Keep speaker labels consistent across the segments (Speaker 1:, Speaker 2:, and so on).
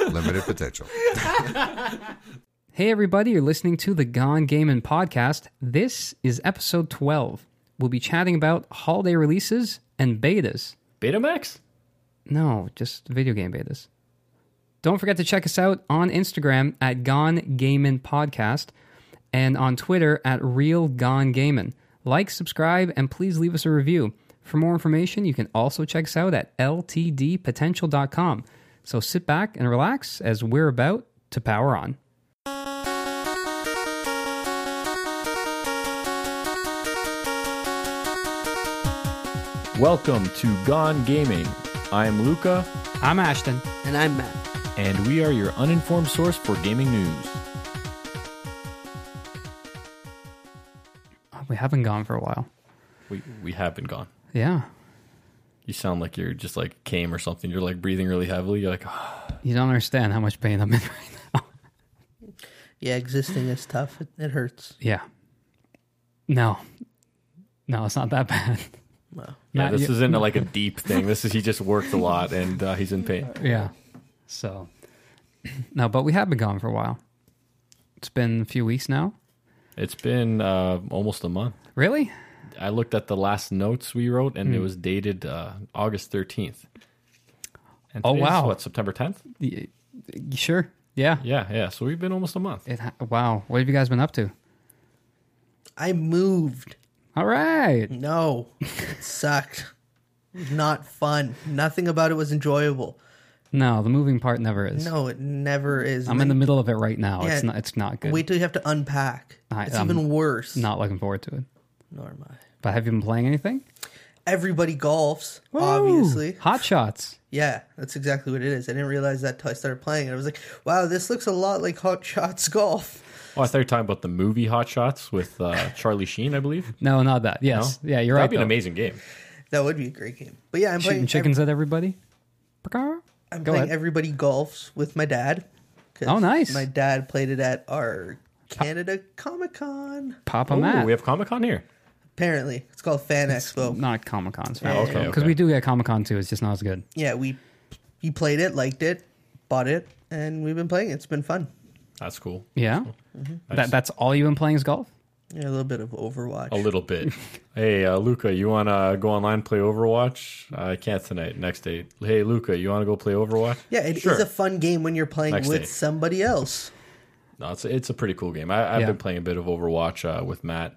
Speaker 1: Limited potential.
Speaker 2: Hey, everybody, you're listening to the Gone Gaming Podcast. This is episode 12. We'll be chatting about holiday releases and betas.
Speaker 3: Betamax?
Speaker 2: No, just video game betas. Don't forget to check us out on Instagram at Gone Gaming Podcast and on Twitter at Real Gone Gaming. Like, subscribe, and please leave us a review. For more information, you can also check us out at ltdpotential.com. So sit back and relax as we're about to power on.
Speaker 3: Welcome to Gone Gaming. I'm Luca,
Speaker 2: I'm Ashton.
Speaker 4: And I'm Matt.
Speaker 3: and we are your uninformed source for gaming news.
Speaker 2: Oh, we haven't gone for a while.
Speaker 3: We we have been gone.
Speaker 2: Yeah.
Speaker 3: You sound like you're just like came or something. You're like breathing really heavily. You're like, "Ah,
Speaker 2: You don't understand how much pain I'm in right now.
Speaker 4: Yeah, existing is tough. It, it hurts.
Speaker 2: Yeah. No. No, it's not that bad.
Speaker 4: Well,
Speaker 3: yeah,
Speaker 2: Matt,
Speaker 3: this
Speaker 2: you-
Speaker 3: isn't like a deep thing. This is he just worked a lot and uh, he's in pain.
Speaker 2: Yeah. So, no, but we have been gone for a while. It's been a few weeks now.
Speaker 3: It's been uh, almost a month.
Speaker 2: Really?
Speaker 3: I looked at the last notes we wrote and it
Speaker 2: Hmm.
Speaker 3: was dated uh, August 13th. And
Speaker 2: Oh,
Speaker 3: today is,
Speaker 2: wow.
Speaker 3: What, September 10th?
Speaker 2: Y- y- sure. Yeah.
Speaker 3: Yeah, yeah. So we've been almost a month.
Speaker 2: It ha- wow. What have you guys been up to?
Speaker 4: I moved.
Speaker 2: All right.
Speaker 4: No, it sucked. Not fun. Nothing about it was enjoyable.
Speaker 2: No, the moving part never is.
Speaker 4: No, it never is.
Speaker 2: I'm in the middle of it right now.
Speaker 4: Yeah.
Speaker 2: It's not. It's not good.
Speaker 4: Wait till you have to unpack.
Speaker 2: I-
Speaker 4: it's
Speaker 2: I'm
Speaker 4: even worse.
Speaker 2: Not looking forward to it.
Speaker 4: Nor am I.
Speaker 2: But have you been playing anything?
Speaker 4: Everybody golfs,
Speaker 2: Woo!
Speaker 4: obviously.
Speaker 2: Hot shots.
Speaker 4: Yeah, that's exactly what it is. I didn't realize that till I started playing it. I was like, wow, this looks a lot like Hot Shots Golf.
Speaker 3: Oh, I thought you were talking about the movie Hot Shots with uh, Charlie Sheen, I believe.
Speaker 2: No, not that.
Speaker 3: No?
Speaker 2: Yes. Yeah, you're
Speaker 3: That'd
Speaker 2: right.
Speaker 3: be an
Speaker 2: though.
Speaker 3: amazing game.
Speaker 4: That would be a great game. But yeah, I'm
Speaker 2: Shooting
Speaker 4: playing
Speaker 2: chickens at everybody. Pecar?
Speaker 4: I'm
Speaker 2: Go
Speaker 4: playing
Speaker 2: ahead.
Speaker 4: Everybody Golfs with my dad. 'Cause
Speaker 2: Oh, nice.
Speaker 4: My dad played it at our Canada Comic Con.
Speaker 2: Papa
Speaker 3: Oh,
Speaker 2: Matt.
Speaker 3: we have Comic Con here.
Speaker 4: Apparently, it's called Fan Expo.
Speaker 2: not Comic Con's
Speaker 3: Oh,
Speaker 2: fan.
Speaker 3: okay,
Speaker 2: Because
Speaker 3: okay.
Speaker 2: we do get Comic Con too. It's just not as good.
Speaker 4: Yeah, we he played it, liked it, bought it, and we've been playing. it. It's been fun.
Speaker 3: That's cool.
Speaker 2: Yeah. That, that's all you've been playing is golf.
Speaker 4: Yeah, a little bit of Overwatch.
Speaker 3: A little bit. hey, uh, Luca, you want to go online play Overwatch? I can't tonight. Next day. Hey, Luca, you want to go play Overwatch?
Speaker 4: yeah, it is
Speaker 3: Sure.
Speaker 4: a fun game when you're playing
Speaker 3: Next
Speaker 4: with
Speaker 3: day.
Speaker 4: somebody else.
Speaker 3: No, it's it's a pretty cool game. I, I've
Speaker 2: Yeah.
Speaker 3: been playing a bit of Overwatch uh, with Matt.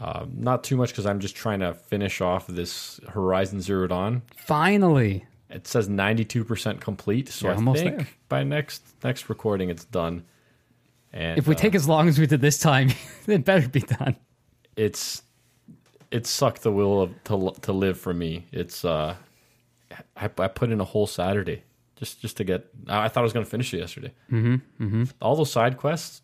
Speaker 3: Um, not too much because I'm just trying to finish off this Horizon Zero Dawn.
Speaker 2: Finally.
Speaker 3: It says 92% complete, so
Speaker 2: You're
Speaker 3: I
Speaker 2: almost
Speaker 3: think
Speaker 2: there.
Speaker 3: by next next recording it's done. And
Speaker 2: If we
Speaker 3: uh,
Speaker 2: take as long as we did this time, it better be done.
Speaker 3: it's it sucked the will of, to to live for me. It's uh, I, I put in a whole Saturday just just to get. I I thought I was going to finish it yesterday. Mm-hmm, mm-hmm. All those side quests.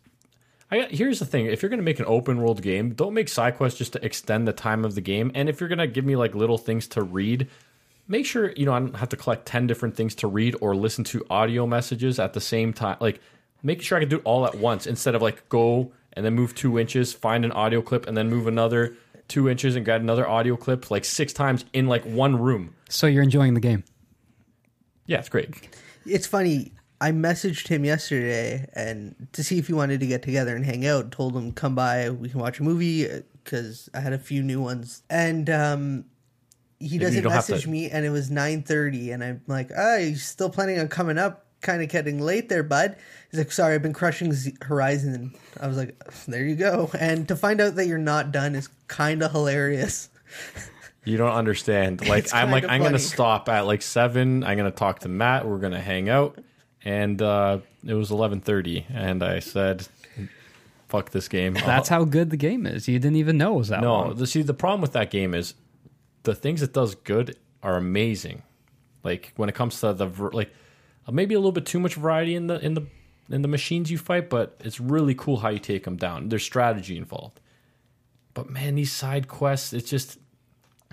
Speaker 3: I got, here's the thing: if you're going to make an open world game, don't make side quests just to extend the time of the game. And if you're going to give me like little things to read. Make sure you know I don't have to collect ten different things to read or listen to audio messages at the same time. Like, make sure I can do it all at once instead of like go and then move two inches, find an audio clip, and then move another two inches and grab another audio clip like six times in like one room.
Speaker 2: So you're enjoying the game.
Speaker 3: Yeah, it's great.
Speaker 4: It's funny. I messaged him yesterday and to see if he wanted to get together and hang out. Told him come by, we can watch a movie because I had a few new ones. And um, he doesn't
Speaker 3: don't have to-
Speaker 4: message me, and it was nine thirty, and I'm like, "Ah, you still planning on coming up? Kind of getting late there, bud." He's like, "Sorry, I've been crushing Z- Horizon." And I was like, "There you go." And to find out that you're not done is kind of hilarious.
Speaker 3: You don't understand. Like
Speaker 4: It's
Speaker 3: I'm like
Speaker 4: kinda
Speaker 3: I'm gonna
Speaker 4: funny.
Speaker 3: stop at like seven. I'm gonna talk to Matt. We're gonna hang out. And uh, it was eleven thirty, and I said, "Fuck this game."
Speaker 2: That's how good the game is. You didn't even know it was that
Speaker 3: No,
Speaker 2: long.
Speaker 3: the, see, the problem with that game is the things it does good are amazing. Like when it comes to the ver- like, uh, maybe a little bit too much variety in the in the in the machines you fight, but it's really cool how you take them down. There's strategy involved. But man, these side quests, it's just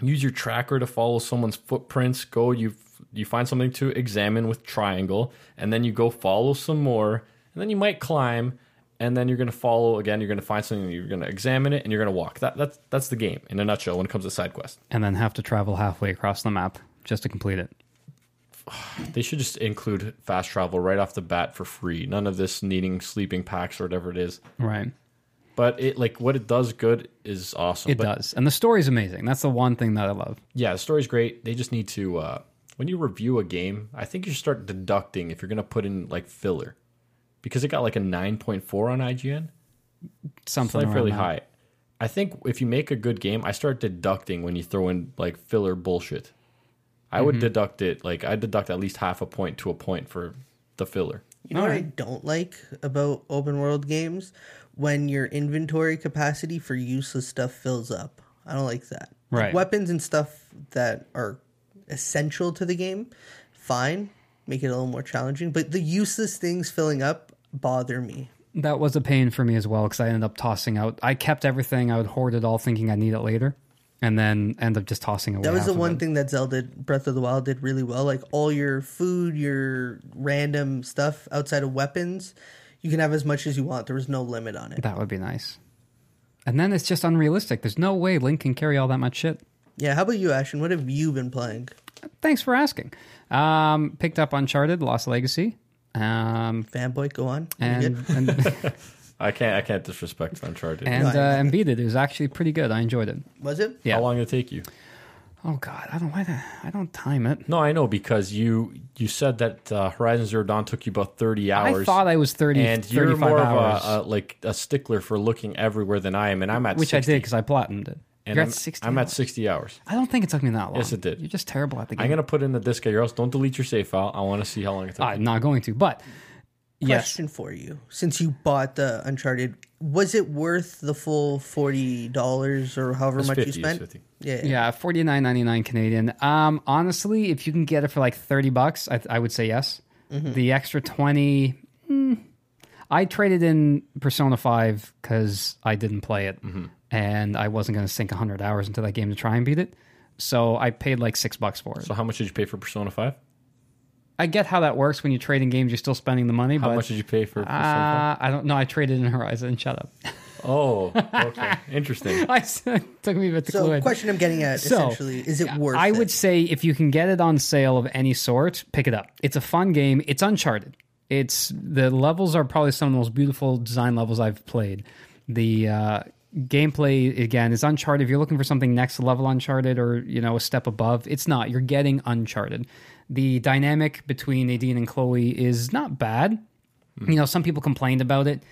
Speaker 3: use your tracker to follow someone's footprints. Go you you find something to examine with triangle, and then you go follow some more, and then you might climb, and then you're gonna follow again. You're gonna find something, you're gonna examine it, and you're gonna walk. That that's that's the game in a nutshell when it comes to side quests.
Speaker 2: And then have to travel halfway across the map just to complete it.
Speaker 3: They should just include fast travel right off the bat for free. None of this needing sleeping packs or whatever it is.
Speaker 2: Right.
Speaker 3: But it like what it does good is awesome.
Speaker 2: It
Speaker 3: but
Speaker 2: does. And the story's amazing. That's the one thing that I love.
Speaker 3: yeah, the story's great. They just need to uh, when you review a game, I think you should start deducting if you're gonna put in like filler, because it got like a nine point four on IGN,
Speaker 2: Something
Speaker 3: something
Speaker 2: around
Speaker 3: fairly
Speaker 2: that.
Speaker 3: high. I think if you make a good game, I start deducting when you throw in like filler bullshit. I
Speaker 2: Mm-hmm.
Speaker 3: would deduct it like I deduct at least half a point to a point for the filler.
Speaker 4: You know what I don't like about open world games? When your inventory capacity for useless stuff fills up. I don't like that. Like,
Speaker 2: Right.
Speaker 4: weapons and stuff that are essential to the game, fine. Make it a little more challenging. But the useless things filling up bother me.
Speaker 2: That was a pain for me as well because I ended up tossing out. I kept everything. I would hoard it all, thinking I need it later, and then end up just tossing away.
Speaker 4: That was
Speaker 2: half
Speaker 4: the
Speaker 2: of
Speaker 4: one
Speaker 2: it.
Speaker 4: thing that Zelda Breath of the Wild did really well. Like all your food, your random stuff outside of weapons, you can have as much as you want. There was no limit on it.
Speaker 2: That would be nice. And then it's just unrealistic. There's no way Link can carry all that much shit.
Speaker 4: Yeah, how about you, Ashton? What have you been playing?
Speaker 2: Thanks for asking. Um, picked up Uncharted, Lost Legacy, um,
Speaker 4: Fanboy, go on. You
Speaker 2: and
Speaker 4: good?
Speaker 2: and
Speaker 3: I can't I can't disrespect Uncharted.
Speaker 2: and, uh, and beat it. It was actually pretty good. I enjoyed it.
Speaker 4: was it?
Speaker 2: Yeah.
Speaker 3: How long did it take you?
Speaker 2: Oh God, I don't why the, I don't time it.
Speaker 3: No, I know because you you said that uh, Horizon Zero Dawn took you about thirty hours.
Speaker 2: I thought I was 30,
Speaker 3: and you're
Speaker 2: 35
Speaker 3: more
Speaker 2: hours,
Speaker 3: of a, a like a stickler for looking everywhere than I am, and I'm at
Speaker 2: which
Speaker 3: 60,
Speaker 2: I did because I platinumed it.
Speaker 3: and
Speaker 2: You're
Speaker 3: I'm,
Speaker 2: at 60
Speaker 3: I'm
Speaker 2: hours.
Speaker 3: at sixty hours.
Speaker 2: I don't think it took me that long.
Speaker 3: Yes, it did.
Speaker 2: You're just terrible at the game.
Speaker 3: I'm gonna put in the disc or else don't delete your save file. I want to see how long it took.
Speaker 2: I'm not going to, but yes,
Speaker 4: Question for you: Since you bought the Uncharted, was it worth the full forty dollars or however
Speaker 3: It's
Speaker 4: much
Speaker 3: 50,
Speaker 4: you
Speaker 3: it's
Speaker 4: spent?
Speaker 3: 50.
Speaker 4: Yeah,
Speaker 2: yeah, forty nine ninety nine Canadian. Um, honestly, if you can get it for like thirty bucks, I, I would say yes.
Speaker 4: Mm-hmm.
Speaker 2: The extra twenty, mm, I traded in Persona Five because I didn't play it,
Speaker 3: Mm-hmm.
Speaker 2: and I wasn't going to sink hundred hours into that game to try and beat it. So I paid like six bucks for it.
Speaker 3: So how much did you pay for Persona Five?
Speaker 2: I get how that works when you trade in games; you're still spending the money.
Speaker 3: How
Speaker 2: but
Speaker 3: much did you pay for Persona
Speaker 2: uh, I don't know. I traded in Horizon. Shut up.
Speaker 3: Five? Oh,
Speaker 2: Uh,
Speaker 3: okay, interesting.
Speaker 2: I it took me a bit to
Speaker 4: So,
Speaker 2: clue in.
Speaker 4: question I'm getting at
Speaker 2: So,
Speaker 4: essentially is it worth?
Speaker 2: I would
Speaker 4: It?
Speaker 2: say if you can get it on sale of any sort, pick it up. It's a fun game. It's Uncharted. It's the levels are probably some of the most beautiful design levels I've played. The uh, gameplay again is Uncharted. If you're looking for something next level Uncharted or you know a step above, it's not. You're getting Uncharted. The dynamic between Nadine and Chloe is not bad.
Speaker 4: Hmm.
Speaker 2: You know, some people complained about it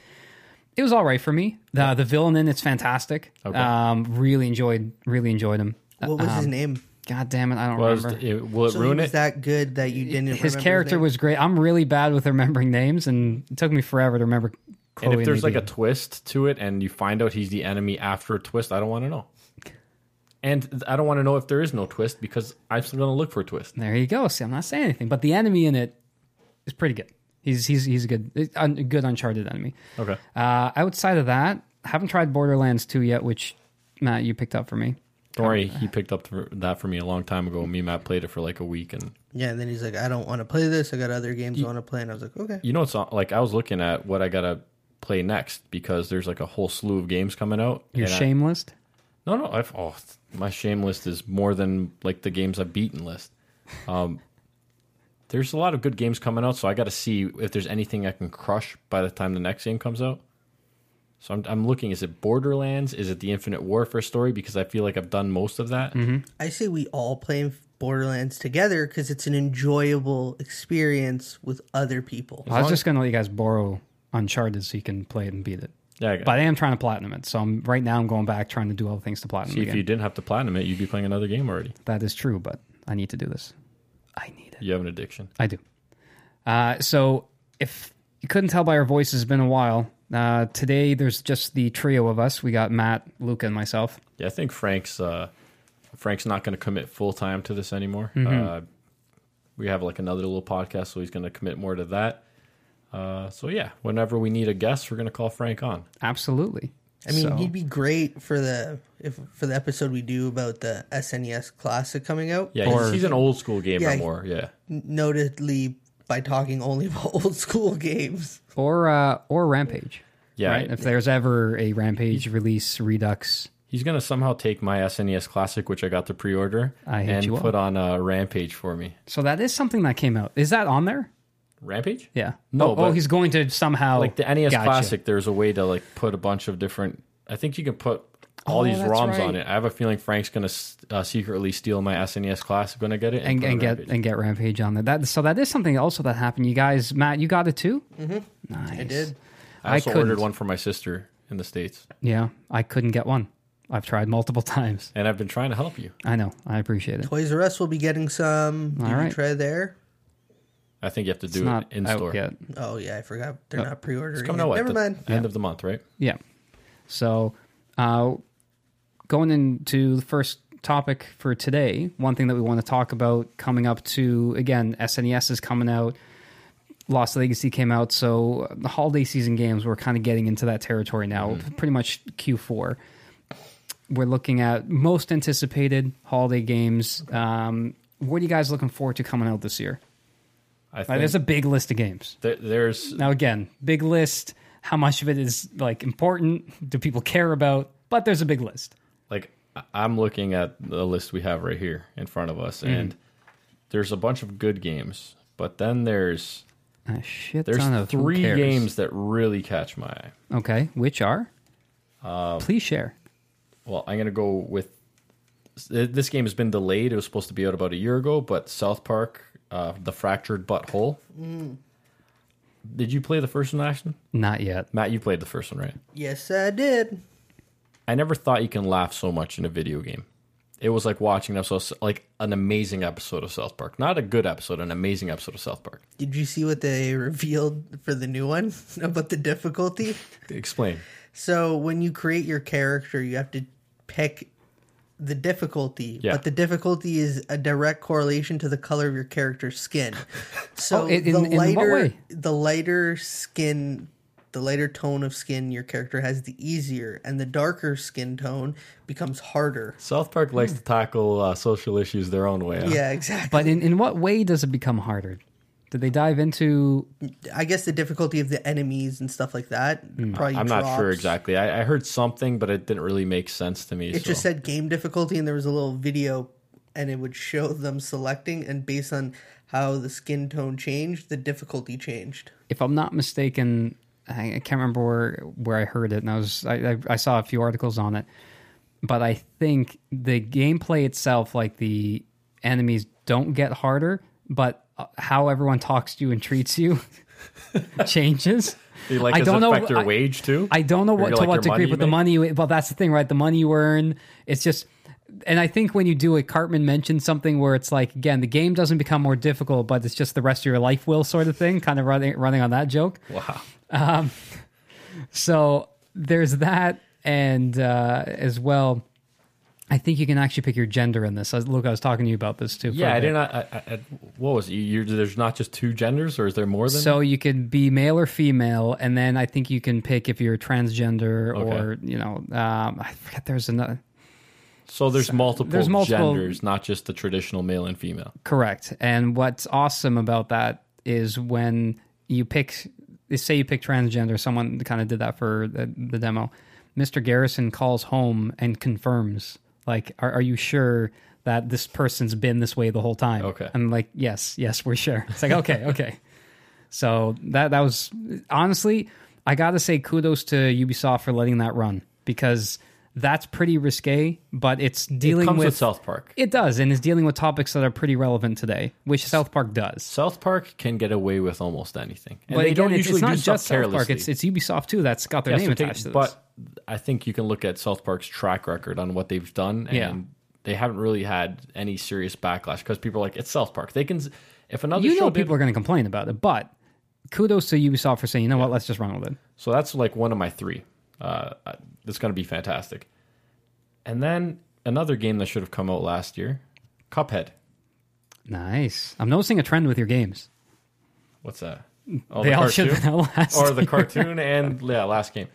Speaker 2: it was all right for me. The the villain in it's fantastic. Um, really enjoyed, really enjoyed him.
Speaker 4: What was
Speaker 2: um,
Speaker 4: his name?
Speaker 2: God damn it, I don't
Speaker 3: Was,
Speaker 2: remember.
Speaker 3: it, will it
Speaker 4: So he
Speaker 3: ruin
Speaker 4: was
Speaker 3: it?
Speaker 4: that good that you didn't.
Speaker 2: His character was great. I'm really bad with remembering names, and it took me forever to remember. Chloe
Speaker 3: and if there's like a
Speaker 2: Nadine.
Speaker 3: twist to it, and you find out he's the enemy after a twist, I don't want to know. And I don't want to know if there is no twist because I'm still gonna look for a twist.
Speaker 2: there you go. See, I'm not saying anything, but the enemy in it is pretty good. He's he's he's a good un, a good Uncharted enemy.
Speaker 3: Okay.
Speaker 2: Uh, outside of that, haven't tried Borderlands 2 yet, which Matt you picked up for me.
Speaker 3: Don't worry,
Speaker 2: Uh,
Speaker 3: he picked up th- that for me a long time ago. Me and Matt played it for like a week, and
Speaker 4: Yeah, and then he's like, I don't want to play this. I got other games I want to play, and I was like, okay.
Speaker 3: you know it's not- like I was looking at what I gotta play next because there's like a whole slew of games coming out.
Speaker 2: Your
Speaker 3: and I-
Speaker 2: shame list.
Speaker 3: no, no, I've oh, my shame list is more than like the games I've beaten list. Um, there's a lot of good games coming out, so I gotta see if there's anything I can crush by the time the next game comes out. So I'm, I'm looking. Is it Borderlands? Is it the Infinite Warfare story? Because I feel like I've done most of that.
Speaker 2: Mm-hmm.
Speaker 4: I say we all play Borderlands together because it's an enjoyable experience with other people.
Speaker 2: I was just gonna let you guys borrow Uncharted so you can play it and beat it.
Speaker 3: Yeah, I got-
Speaker 2: But I am trying to platinum it, so I'm right now. I'm going back trying to do all the things to platinum
Speaker 3: if
Speaker 2: again.
Speaker 3: you didn't have to platinum it, you'd be playing another game already.
Speaker 2: that is true, but I need to do this. I need it.
Speaker 3: You have an addiction.
Speaker 2: I do. Uh, so if you couldn't tell by our voices, it's been a while. Uh, today there's just the trio of us. We got Matt, Luca, and myself.
Speaker 3: Yeah, I think Frank's uh, Frank's not going to commit full time to this anymore.
Speaker 2: Mm-hmm.
Speaker 3: Uh, we have like another little podcast, so he's going to commit more to that. Uh, so yeah, whenever we need a guest, we're going to call Frank on.
Speaker 2: Absolutely.
Speaker 4: I mean,
Speaker 2: So-
Speaker 4: he'd be great for the if for the episode we do about the SNES Classic coming out.
Speaker 3: Yeah, he's, he's an old school gamer
Speaker 4: Yeah, he-
Speaker 3: more. Yeah,
Speaker 4: notably by talking only about old school games.
Speaker 2: or uh, or Rampage.
Speaker 3: Yeah,
Speaker 2: right?
Speaker 3: I-
Speaker 2: if there's ever a Rampage release, Redux,
Speaker 3: he's gonna somehow take my SNES Classic, which I got to pre-order,
Speaker 2: I hate
Speaker 3: and
Speaker 2: you all.
Speaker 3: put on a Rampage for me.
Speaker 2: So that is something that came out. Is that on there?
Speaker 3: Rampage?
Speaker 2: Yeah.
Speaker 3: No,
Speaker 2: Oh, oh,
Speaker 3: but-
Speaker 2: he's going to somehow
Speaker 3: Like the NES
Speaker 2: Oh, Gotcha.
Speaker 3: Classic, there's a way to like put a bunch of different. I think you can put all
Speaker 2: Oh,
Speaker 3: these
Speaker 2: that's
Speaker 3: ROMs
Speaker 2: right.
Speaker 3: on it. I have a feeling Frank's gonna s- uh, secretly steal my SNES Classic when I get it
Speaker 2: and,
Speaker 3: put
Speaker 2: and
Speaker 3: on
Speaker 2: get
Speaker 3: Rampage.
Speaker 2: and get Rampage on there. That so that is something also that happened. You guys, Matt, you got it too. Mm-hmm. Nice. I
Speaker 4: did.
Speaker 3: I also
Speaker 2: couldn't.
Speaker 3: ordered one for my sister in the states,
Speaker 2: Yeah, I couldn't get one. I've tried multiple times.
Speaker 3: and I've been trying to help you.
Speaker 2: I know. I appreciate it.
Speaker 4: Toys R Us will be getting some. You
Speaker 2: All
Speaker 4: can
Speaker 2: right.
Speaker 4: Try there.
Speaker 3: I think you have to do
Speaker 2: It's
Speaker 3: it
Speaker 2: not
Speaker 3: in
Speaker 2: out
Speaker 3: store.
Speaker 2: yet.
Speaker 4: Oh yeah, I forgot they're not pre-ordering.
Speaker 3: Uh, It's coming
Speaker 4: it.
Speaker 3: out. what,
Speaker 4: Never
Speaker 3: the
Speaker 4: mind.
Speaker 3: End of the month, right?
Speaker 2: Yeah. So, uh, going into the first topic for today, one thing that we want to talk about coming up to again, SNES is coming out. Lost Legacy came out, so the holiday season games we're kind of getting into that territory now.
Speaker 3: Mm-hmm.
Speaker 2: Pretty much Q4. We're looking at most anticipated holiday games. Um, what are you guys looking forward to coming out this year?
Speaker 3: I think
Speaker 2: Like, there's a big list of games.
Speaker 3: th- there's
Speaker 2: Now, again, big list. How much of it is like important? Do people care about? But there's a big list.
Speaker 3: like I- I'm looking at the list we have right here in front of us,
Speaker 2: Mm.
Speaker 3: and there's a bunch of good games, but then there's
Speaker 2: A shit
Speaker 3: there's
Speaker 2: ton of who
Speaker 3: three
Speaker 2: cares.
Speaker 3: games that really catch my eye.
Speaker 2: Okay, which are?
Speaker 3: Um,
Speaker 2: Please share.
Speaker 3: Well, I'm gonna go with this game has been delayed. It was supposed to be out about a year ago, but South Park, uh, the Fractured Butthole. Mm. Did you play the first one, Ashton?
Speaker 2: Not yet.
Speaker 3: Matt, you played the first one, right?
Speaker 4: Yes, I did.
Speaker 3: I never thought you can laugh so much in a video game. It was like watching so like an amazing episode of South Park, not a good episode, an amazing episode of South Park.
Speaker 4: Did you see what they revealed for the new one about the difficulty?
Speaker 3: Explain.
Speaker 4: So when you create your character, you have to pick the difficulty,
Speaker 3: Yeah.
Speaker 4: but the difficulty is a direct correlation to the color of your character's skin. So
Speaker 2: Oh, in-
Speaker 4: the
Speaker 2: in- in what
Speaker 4: lighter,
Speaker 2: way?
Speaker 4: the lighter skin, the lighter tone of skin your character has, the easier, and the darker skin tone becomes harder.
Speaker 3: South Park likes to tackle uh, social issues their own way. huh?
Speaker 4: Yeah, exactly.
Speaker 2: But in, in what way does it become harder? Did they dive into?
Speaker 4: I guess the difficulty of the enemies and stuff like that.
Speaker 2: Hmm.
Speaker 4: Probably
Speaker 3: I'm not sure
Speaker 4: drops.
Speaker 3: exactly. I, I heard something, but it didn't really make sense to me.
Speaker 4: It
Speaker 3: so.
Speaker 4: just said game difficulty, and there was a little video, and it would show them selecting, and based on how the skin tone changed, the difficulty changed.
Speaker 2: If I'm not mistaken, I, I can't remember where, where I heard it, and I was I, I, I saw a few articles on it, but I think the gameplay itself, like the enemies, don't get harder, but uh, how everyone talks to you and treats you changes.
Speaker 3: They like
Speaker 2: I
Speaker 3: does
Speaker 2: don't
Speaker 3: it
Speaker 2: know-
Speaker 3: affect your
Speaker 2: I-
Speaker 3: wage too.
Speaker 2: I don't know
Speaker 3: Or
Speaker 2: what to
Speaker 3: like your
Speaker 2: what
Speaker 3: money
Speaker 2: degree,
Speaker 3: you
Speaker 2: but the
Speaker 3: make?
Speaker 2: money. you- Well, that's the thing, right? The money you earn. It's just, and I think when you do it, Cartman mentioned something where it's like, again, the game doesn't become more difficult, but it's just the rest of your life will sort of thing. Kind of running running on that joke. Um,
Speaker 3: Wow.
Speaker 2: So there's that, and uh, as well, I think you can actually pick your gender in this. I- Look, I was talking to you about this too. for
Speaker 3: Yeah,
Speaker 2: a
Speaker 3: I
Speaker 2: bit.
Speaker 3: didn't. I, I, I, what was it? You, you're, there's not just two genders, or is there more than?
Speaker 2: So you could be male or female, and then I think you can pick if you're transgender or you know, um, I forget. There's another.
Speaker 3: So there's multiple,
Speaker 2: there's multiple-
Speaker 3: genders, not just the traditional male and female.
Speaker 2: Correct. And what's awesome about that is when you pick, say you pick transgender, someone kind of did that for the, the demo. Mr. Garrison calls home and confirms, like, are, are you sure that this person's been this way the whole time?
Speaker 3: Okay.
Speaker 2: And like, yes, yes, we're sure. It's like, okay, okay. So that that was honestly, I gotta say kudos to Ubisoft for letting that run because that's pretty risque, but it's dealing
Speaker 3: it comes with,
Speaker 2: with
Speaker 3: South Park.
Speaker 2: it does, and is dealing with topics that are pretty relevant today, which South Park does.
Speaker 3: South Park can get away with almost anything, and
Speaker 2: But
Speaker 3: they
Speaker 2: again,
Speaker 3: don't
Speaker 2: it's,
Speaker 3: usually
Speaker 2: it's not
Speaker 3: do stuff
Speaker 2: just South Park;
Speaker 3: carelessly.
Speaker 2: it's, it's Ubisoft too. That's got their
Speaker 3: Yeah,
Speaker 2: name
Speaker 3: so take-
Speaker 2: attached to this.
Speaker 3: But I think you can look at South Park's track record on what they've done, and
Speaker 2: Yeah.
Speaker 3: they haven't really had any serious backlash because people are like, "It's South Park." They can. s- If another
Speaker 2: you
Speaker 3: show
Speaker 2: know,
Speaker 3: did
Speaker 2: people are going to complain about it. But kudos to Ubisoft for saying, you know what, let's just run with it.
Speaker 3: So that's like one of my three. Uh, I- that's going to be fantastic. And then another game that should have come out last year, Cuphead.
Speaker 2: Nice. I'm noticing a trend with your games.
Speaker 3: What's that? Oh,
Speaker 2: They
Speaker 3: the
Speaker 2: all should have
Speaker 3: cartoon?
Speaker 2: been out last
Speaker 3: or the
Speaker 2: year.
Speaker 3: cartoon and yeah, last game,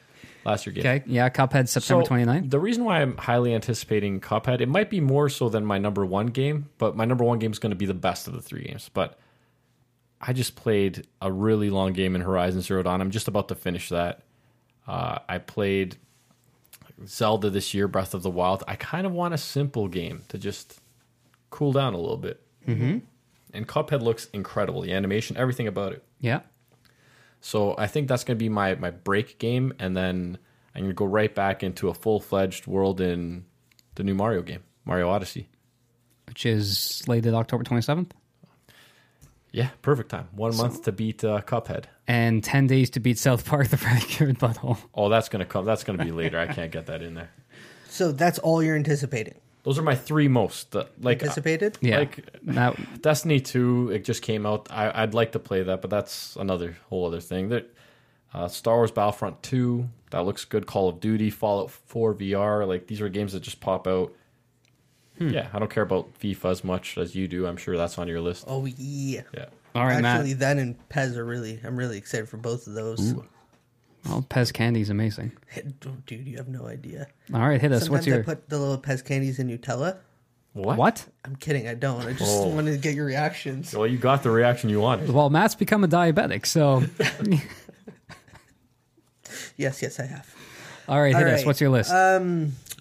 Speaker 3: last year game.
Speaker 2: Okay, yeah, Cuphead
Speaker 3: So
Speaker 2: September 29th.
Speaker 3: the reason why I'm highly anticipating Cuphead, it might be more so than my number one game, but my number one game is going to be the best of the three games. But I just played a really long game in Horizon Zero Dawn. I'm just about to finish that. Uh, I played Zelda this year, Breath of the Wild, I kind of want a simple game to just cool down a little bit. Mm-hmm. And Cuphead looks incredible. The animation, everything about it.
Speaker 2: Yeah.
Speaker 3: So I think that's going to be my my break game, and then I'm going to go right back into a full fledged world in the new Mario game, Mario Odyssey.
Speaker 2: Which is slated October 27th.
Speaker 3: Yeah, perfect time. One month to beat uh, Cuphead.
Speaker 2: And 10 days to beat South Park, the fractured butthole.
Speaker 3: Oh, that's gonna come. That's gonna be later. I can't get that in there.
Speaker 4: So that's all you're anticipating.
Speaker 3: Those are my three most uh, like uh,
Speaker 4: Anticipated?
Speaker 2: Yeah.
Speaker 3: Like-
Speaker 2: that,
Speaker 3: Destiny Two. It just came out. I, I'd like to play that, but that's another whole other thing. There, uh, Star Wars Battlefront Two. That looks good. Call of Duty, Fallout Four VR. Like these are games that just pop out. Yeah, I don't care about FIFA as much as you do. I'm sure that's on your list.
Speaker 4: Oh yeah.
Speaker 3: Yeah.
Speaker 2: all right,
Speaker 4: Actually,
Speaker 2: Matt.
Speaker 4: that and Pez are really. I'm really excited for both of those.
Speaker 2: Well, Pez Candy is amazing.
Speaker 4: Dude, you have no idea.
Speaker 2: All right, hit us.
Speaker 4: Sometimes
Speaker 2: What's your.
Speaker 4: I put the little Pez candies in Nutella.
Speaker 3: What?
Speaker 2: what?
Speaker 4: I'm kidding. I don't. I just
Speaker 3: Oh.
Speaker 4: wanted to get your reactions.
Speaker 3: Well, you got the reaction you wanted.
Speaker 2: Well, Matt's become a diabetic, so.
Speaker 4: Yes, yes, I have.
Speaker 2: all right, Uh, hit
Speaker 4: All
Speaker 2: us.
Speaker 4: right. Um,
Speaker 2: What's your list?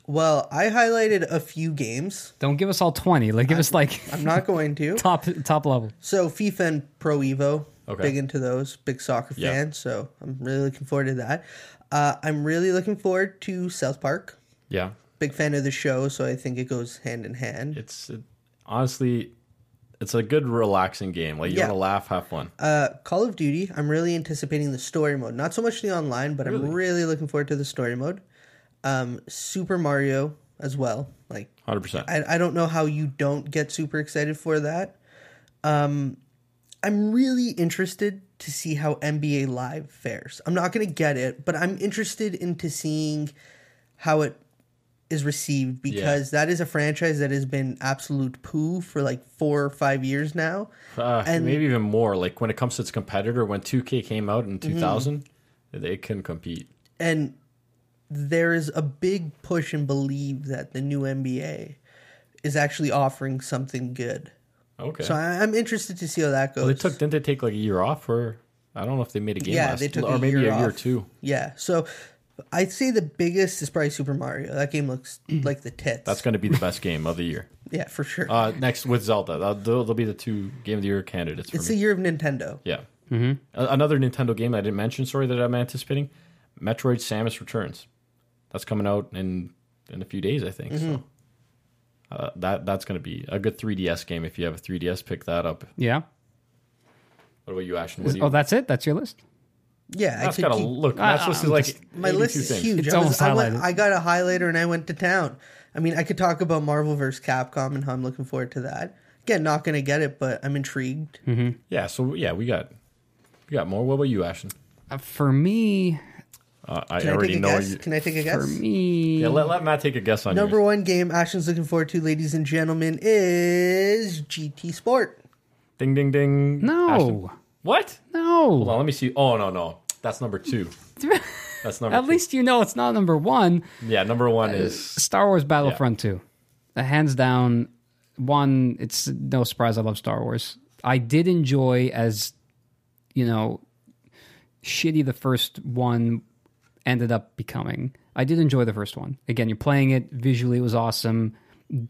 Speaker 4: Well, I highlighted a few games.
Speaker 2: Don't give us all 20. Like, give us, like,
Speaker 4: I'm not going to.
Speaker 2: top top level.
Speaker 4: So FIFA and Pro Evo,
Speaker 3: Okay.
Speaker 4: big into those, big soccer
Speaker 3: Yeah.
Speaker 4: fan. So I'm really looking forward to that. Uh, I'm really looking forward to South Park.
Speaker 3: Yeah.
Speaker 4: Big fan of the show, so I think it goes hand in hand.
Speaker 3: It's it, honestly, it's a good relaxing game. Like you
Speaker 4: Yeah.
Speaker 3: want to laugh, have fun.
Speaker 4: Uh, Call of Duty, I'm really anticipating the story mode. Not so much the online, but I'm really looking forward to the story mode. Um, Super Mario as well. Like
Speaker 3: Hundred percent.
Speaker 4: I, I don't know how you don't get super excited for that. Um, I'm really interested to see how NBA Live fares. I'm not going to get it, but I'm interested into seeing how it is received because that is a franchise that has been absolute poo for like four or five years now.
Speaker 3: Uh,
Speaker 4: and-
Speaker 3: maybe even more. Like when it comes to its competitor, when 2K came out
Speaker 4: Mm-hmm.
Speaker 3: in 2000, they couldn't compete.
Speaker 4: and there is a big push and believe that the new NBA is actually offering something good.
Speaker 3: Okay.
Speaker 4: So I, I'm interested to see how that goes.
Speaker 3: Well, they took didn't they take like a year off or I don't know if they made a game
Speaker 4: Yeah,
Speaker 3: last
Speaker 4: they took
Speaker 3: or
Speaker 4: a
Speaker 3: maybe
Speaker 4: year
Speaker 3: a year or
Speaker 4: off.
Speaker 3: two.
Speaker 4: yeah. So I'd say the biggest is probably Super Mario. That game looks like the tits.
Speaker 3: Mm. That's going to be the best game of the year.
Speaker 4: yeah, for sure.
Speaker 3: Uh, next with Zelda, That'll- they'll, they'll be the two game of the year candidates for
Speaker 4: it's the
Speaker 3: me.
Speaker 4: year of Nintendo.
Speaker 3: yeah. Mm-hmm. Another Nintendo game I didn't mention. Sorry that I'm anticipating. Metroid: Samus Returns. That's coming out in in a few days, I think.
Speaker 4: Mm-hmm.
Speaker 3: So uh, that that's going to be a good 3DS game. If you have a 3DS, pick that up.
Speaker 2: Yeah.
Speaker 3: What about you, Ashton? What do you,
Speaker 2: Oh, that's it? That's your list?
Speaker 4: Yeah,
Speaker 3: that's
Speaker 4: I
Speaker 3: got
Speaker 4: could
Speaker 3: to
Speaker 4: keep,
Speaker 3: look. That's supposed to like
Speaker 4: Uh, my
Speaker 3: 82
Speaker 4: list is
Speaker 3: things.
Speaker 4: huge.
Speaker 2: It's
Speaker 4: I, was,
Speaker 2: almost
Speaker 4: I, went,
Speaker 2: highlighted.
Speaker 4: I got a highlighter and I went to town. I mean, I could talk about Marvel vs. Capcom and how I'm looking forward to that. Again, not going to get it, but I'm intrigued.
Speaker 3: Yeah. So yeah, we got we got more. What about you, Ashton?
Speaker 2: Uh, for me,
Speaker 3: Uh, I
Speaker 4: Can I,
Speaker 3: already
Speaker 4: take a
Speaker 3: know
Speaker 4: guess?
Speaker 3: you.
Speaker 4: Can I take a guess?
Speaker 2: for me.
Speaker 3: Yeah, let, let Matt take a guess on
Speaker 4: Number
Speaker 3: yours.
Speaker 4: one game Ashton's looking forward to, ladies and gentlemen, is GT Sport.
Speaker 3: Ding ding ding.
Speaker 2: No.
Speaker 3: Ashton. What?
Speaker 2: No.
Speaker 3: Well, let me see. Oh no no, that's number two. That's number.
Speaker 2: At
Speaker 3: two.
Speaker 2: least you know it's not number one.
Speaker 3: Yeah, number one is
Speaker 2: Star Wars Battlefront 2. Uh, Hands down, one, it's no surprise I love Star Wars. I did enjoy as, you know, shitty the first one ended up becoming. I did enjoy the first one. Again, you're playing it, visually it was awesome.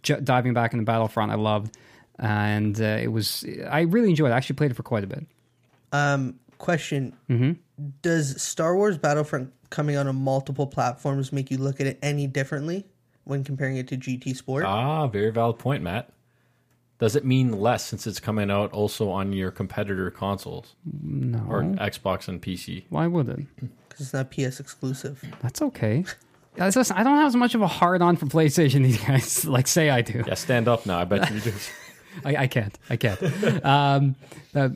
Speaker 2: J- diving back in the Battlefront I loved. And uh, it was, I really enjoyed it. I actually played it for quite a bit.
Speaker 4: Um, question: Does Star Wars Battlefront coming out on multiple platforms make you look at it any differently when comparing it to GT Sport?
Speaker 3: ah very valid point, Matt. Does it mean less since it's coming out also on your competitor consoles
Speaker 2: No.
Speaker 3: or Xbox and PC?
Speaker 2: Why would it?
Speaker 4: 'Cause it's not PS exclusive.
Speaker 2: That's okay. Guys, listen, I don't have as much of a hard on for PlayStation, these guys. Like, say I do.
Speaker 3: Yeah, stand up now. I bet you do.
Speaker 2: I, I can't. I can't. um, but,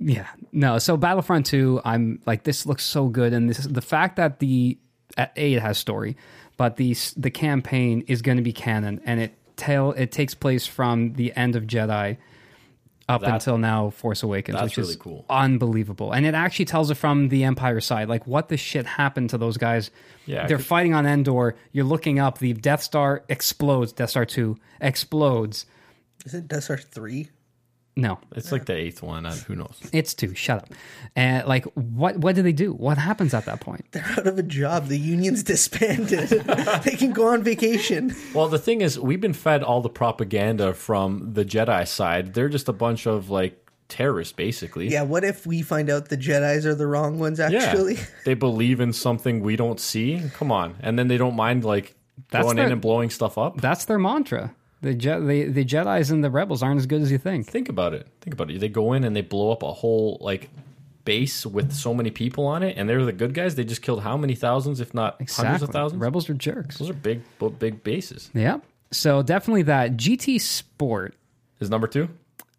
Speaker 2: yeah, no. So Battlefront Two, I'm like, this looks so good, and this is the fact that the at a it has story, but the s- the campaign is going to be canon, and it tell it takes place from the end of Jedi up until now Force Awakens,
Speaker 3: that's
Speaker 2: which is
Speaker 3: really cool.
Speaker 2: unbelievable, and it actually tells it from the Empire side, like what the shit happened to those guys.
Speaker 3: Yeah, I
Speaker 2: they're
Speaker 3: could-
Speaker 2: fighting on Endor. You're looking up. The Death Star explodes. Death Star Two explodes.
Speaker 4: Is it Death Star three?
Speaker 2: No,
Speaker 3: It's like the eighth one. I, who knows?
Speaker 2: it's two. Shut up. And like, what what do they do? What happens at that point?
Speaker 4: They're out of a job. The union's disbanded. they can go on vacation.
Speaker 3: Well, the thing is, we've been fed all the propaganda from the Jedi side. They're just a bunch of like terrorists, basically.
Speaker 4: Yeah, what if we find out the Jedi's are the wrong ones,
Speaker 3: Yeah.
Speaker 4: actually?
Speaker 3: They believe in something we don't see. Come on. And then they don't mind like
Speaker 2: That's
Speaker 3: going
Speaker 2: their-
Speaker 3: in and blowing stuff up.
Speaker 2: That's their mantra. The Je- the the Jedi's and the rebels aren't as good as you think.
Speaker 3: Think about it. Think about it. They go in and they blow up a whole like base with so many people on it, and they're the good guys. They just killed how many thousands, if not hundreds of
Speaker 2: Exactly.
Speaker 3: thousands?
Speaker 2: Rebels are jerks.
Speaker 3: Those are big, bo- big bases.
Speaker 2: Yeah. So definitely that GT Sport.
Speaker 3: Is number two?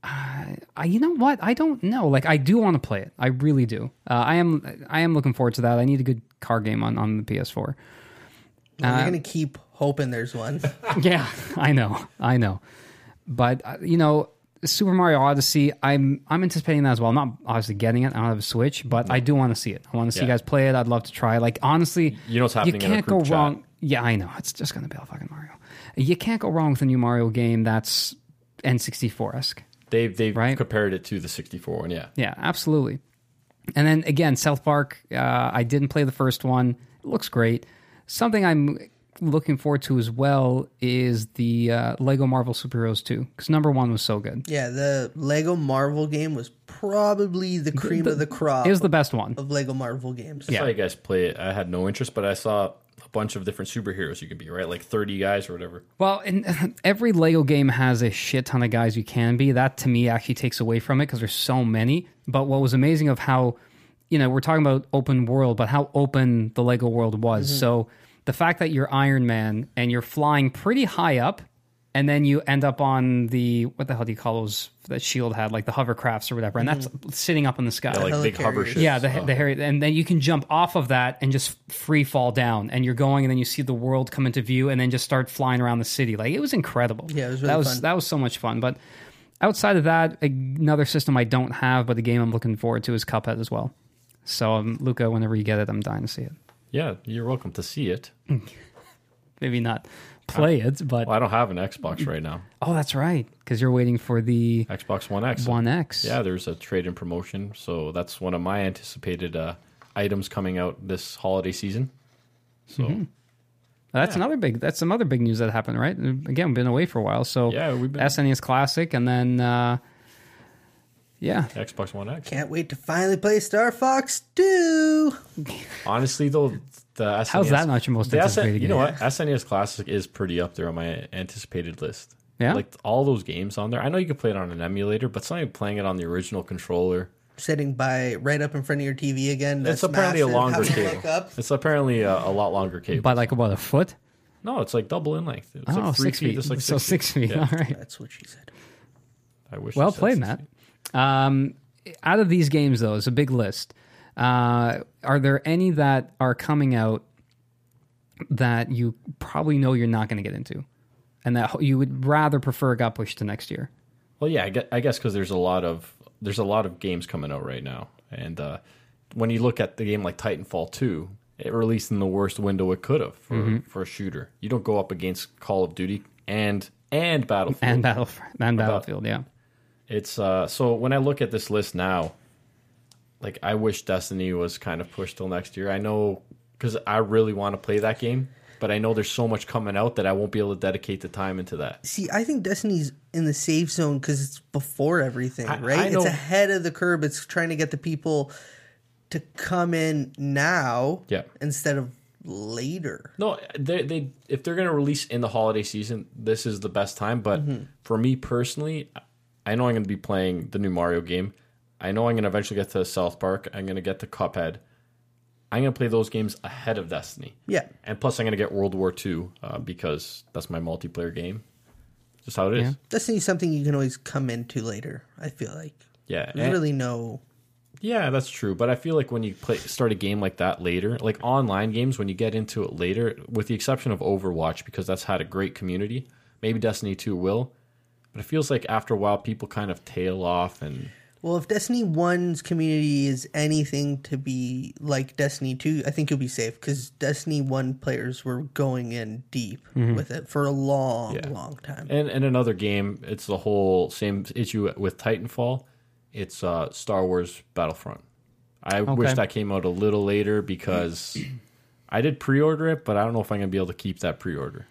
Speaker 2: I, you know what? I don't know. Like I do want to play it. I really do. Uh, I am I am looking forward to that. I need a good car game on on the PS4.
Speaker 4: I'm going to keep hoping there's one.
Speaker 2: yeah, I know, I know. But uh, you know, Super Mario Odyssey, I'm I'm anticipating that as well. I'm not obviously getting it. I don't have a Switch, but I do want to see it. I want to see you
Speaker 3: Yeah.
Speaker 2: guys play it. I'd love to try. it. Like honestly,
Speaker 3: You know what's happening in our
Speaker 2: can't
Speaker 3: group
Speaker 2: go
Speaker 3: chat.
Speaker 2: wrong. Yeah, I know. It's just gonna be a fucking Mario. You can't go wrong with a new Mario game that's N64 esque.
Speaker 3: They've they've
Speaker 2: Right.
Speaker 3: compared it to the sixty four one. Yeah.
Speaker 2: Yeah, absolutely. And then again, South Park. Uh, I didn't play the first one. It looks great. Something I'm looking forward to as well is the uh, Lego Marvel Superheroes 2 because number one was so good.
Speaker 4: yeah, the Lego Marvel game was probably the cream of the crop
Speaker 2: It was the best one.
Speaker 4: of Lego Marvel games.
Speaker 3: I saw you guys play it. I had no interest, but I saw a bunch of different superheroes you can be, right? Like 30 guys or whatever.
Speaker 2: Well, and every Lego game has a shit ton of guys you can be. That to me actually takes away from it because there's so many. But what was amazing of how, you know, we're talking about open world, but how open the Lego world was. So the fact that you're Iron Man and you're flying pretty high up, and then you end up on the what the hell do you call those that Shield E had, like the hovercrafts or whatever, and that's sitting up in the sky.
Speaker 3: Like big hover
Speaker 4: Helicarriers.
Speaker 3: ships.
Speaker 2: Yeah, the, the Harry, and then you can jump off of that and just free fall down, and you're going, and then you see the world come into view, and then just start flying around the city. Like it was incredible.
Speaker 4: Yeah, it was
Speaker 2: that
Speaker 4: really
Speaker 2: was
Speaker 4: fun.
Speaker 2: that was so much fun. But outside of that, another system I don't have, but the game I'm looking forward to is Cuphead as well. So um, Luca, whenever you get it, I'm dying to see it.
Speaker 3: Yeah, you're welcome to see it.
Speaker 2: Maybe not play it, but
Speaker 3: Well, I don't have an Xbox right now.
Speaker 2: oh, that's right, because you're waiting for the
Speaker 3: Xbox One X.
Speaker 2: One X.
Speaker 3: Yeah, there's a trade in promotion. So that's one of my anticipated uh, items coming out this holiday season. So,
Speaker 2: That's another big. That's some other big news that happened, right? And Again, we've been away for a while, so
Speaker 3: Yeah, we've been-
Speaker 2: SNES Classic, and then uh, yeah,
Speaker 3: Xbox One X.
Speaker 4: Can't wait to finally play Star Fox 2.
Speaker 3: Honestly, though, the SNES,
Speaker 2: How's that not your most
Speaker 3: the
Speaker 2: anticipated
Speaker 3: SN, You know
Speaker 2: game?
Speaker 3: what? SNES Classic is pretty up there on my anticipated list.
Speaker 2: Yeah?
Speaker 3: Like all those games on there. I know you can play it on an emulator, but it's not even playing it on the original controller.
Speaker 4: Sitting by right up in front of your TV again. That's
Speaker 3: It's apparently a
Speaker 4: massive.
Speaker 3: longer
Speaker 4: Having to
Speaker 3: cable.
Speaker 4: look up.
Speaker 3: It's apparently a, a lot longer cable.
Speaker 2: by like about a foot.
Speaker 3: no, it's like double in length. It's
Speaker 2: oh,
Speaker 3: like three
Speaker 2: six feet.
Speaker 3: It's like
Speaker 2: so six feet.
Speaker 3: Yeah.
Speaker 2: All right.
Speaker 4: That's what she said.
Speaker 3: I wish.
Speaker 2: Well
Speaker 3: it said
Speaker 2: played,
Speaker 3: six
Speaker 2: Matt.
Speaker 3: feet.
Speaker 2: Um, out of these games, though, it's a big list. Uh, are there any that are coming out that you probably know you're not going to get into, and that you would rather prefer got pushed to next year?
Speaker 3: Well, yeah, I guess, because there's a lot of there's a lot of games coming out right now, and uh, when you look at the game like Titanfall two, it released in the worst window it could have for,
Speaker 2: Mm-hmm.
Speaker 3: for a shooter. You don't go up against Call of Duty and and Battlefield
Speaker 2: And Battlef- and Battlefield, yeah.
Speaker 3: It's uh so when I look at this list now, like I wish Destiny was kind of pushed till next year. I know cuz I really want to play that game, but I know there's so much coming out that I won't be able to dedicate the time into that.
Speaker 4: See, I think Destiny's in the safe zone because it's before everything,
Speaker 3: I-
Speaker 4: right?
Speaker 3: I know-
Speaker 4: It's ahead of the curve. It's trying to get the people to come in now
Speaker 3: Yeah.
Speaker 4: instead of later.
Speaker 3: No, they they if they're going to release in the holiday season, this is the best time, but for me personally, I know I'm going to be playing the new Mario game. I know I'm going to eventually get to South Park. I'm going to get to Cuphead. I'm going to play those games ahead of Destiny.
Speaker 4: Yeah.
Speaker 3: And plus, I'm going to get World War II uh, because that's my multiplayer game. Just how it is.
Speaker 4: Destiny's something you can always come into later, I feel like.
Speaker 3: Yeah.
Speaker 4: There's
Speaker 3: and-
Speaker 4: really no.
Speaker 3: yeah, that's true. But I feel like when you play start a game like that later, like online games, when you get into it later, with the exception of Overwatch, because that's had a great community, maybe Destiny 2 will. But it feels like after a while, people kind of tail off and
Speaker 4: Well, if Destiny 1's community is anything to be like Destiny 2, I think you'll be safe because Destiny 1 players were going in deep with it for a long,
Speaker 3: Mm-hmm. Yeah.
Speaker 4: long time.
Speaker 3: And and another game, it's the whole same issue with Titanfall. It's uh, Star Wars Battlefront. I wish that came out a little later because I did pre-order it, but I don't know if I'm gonna be able to keep that pre-order.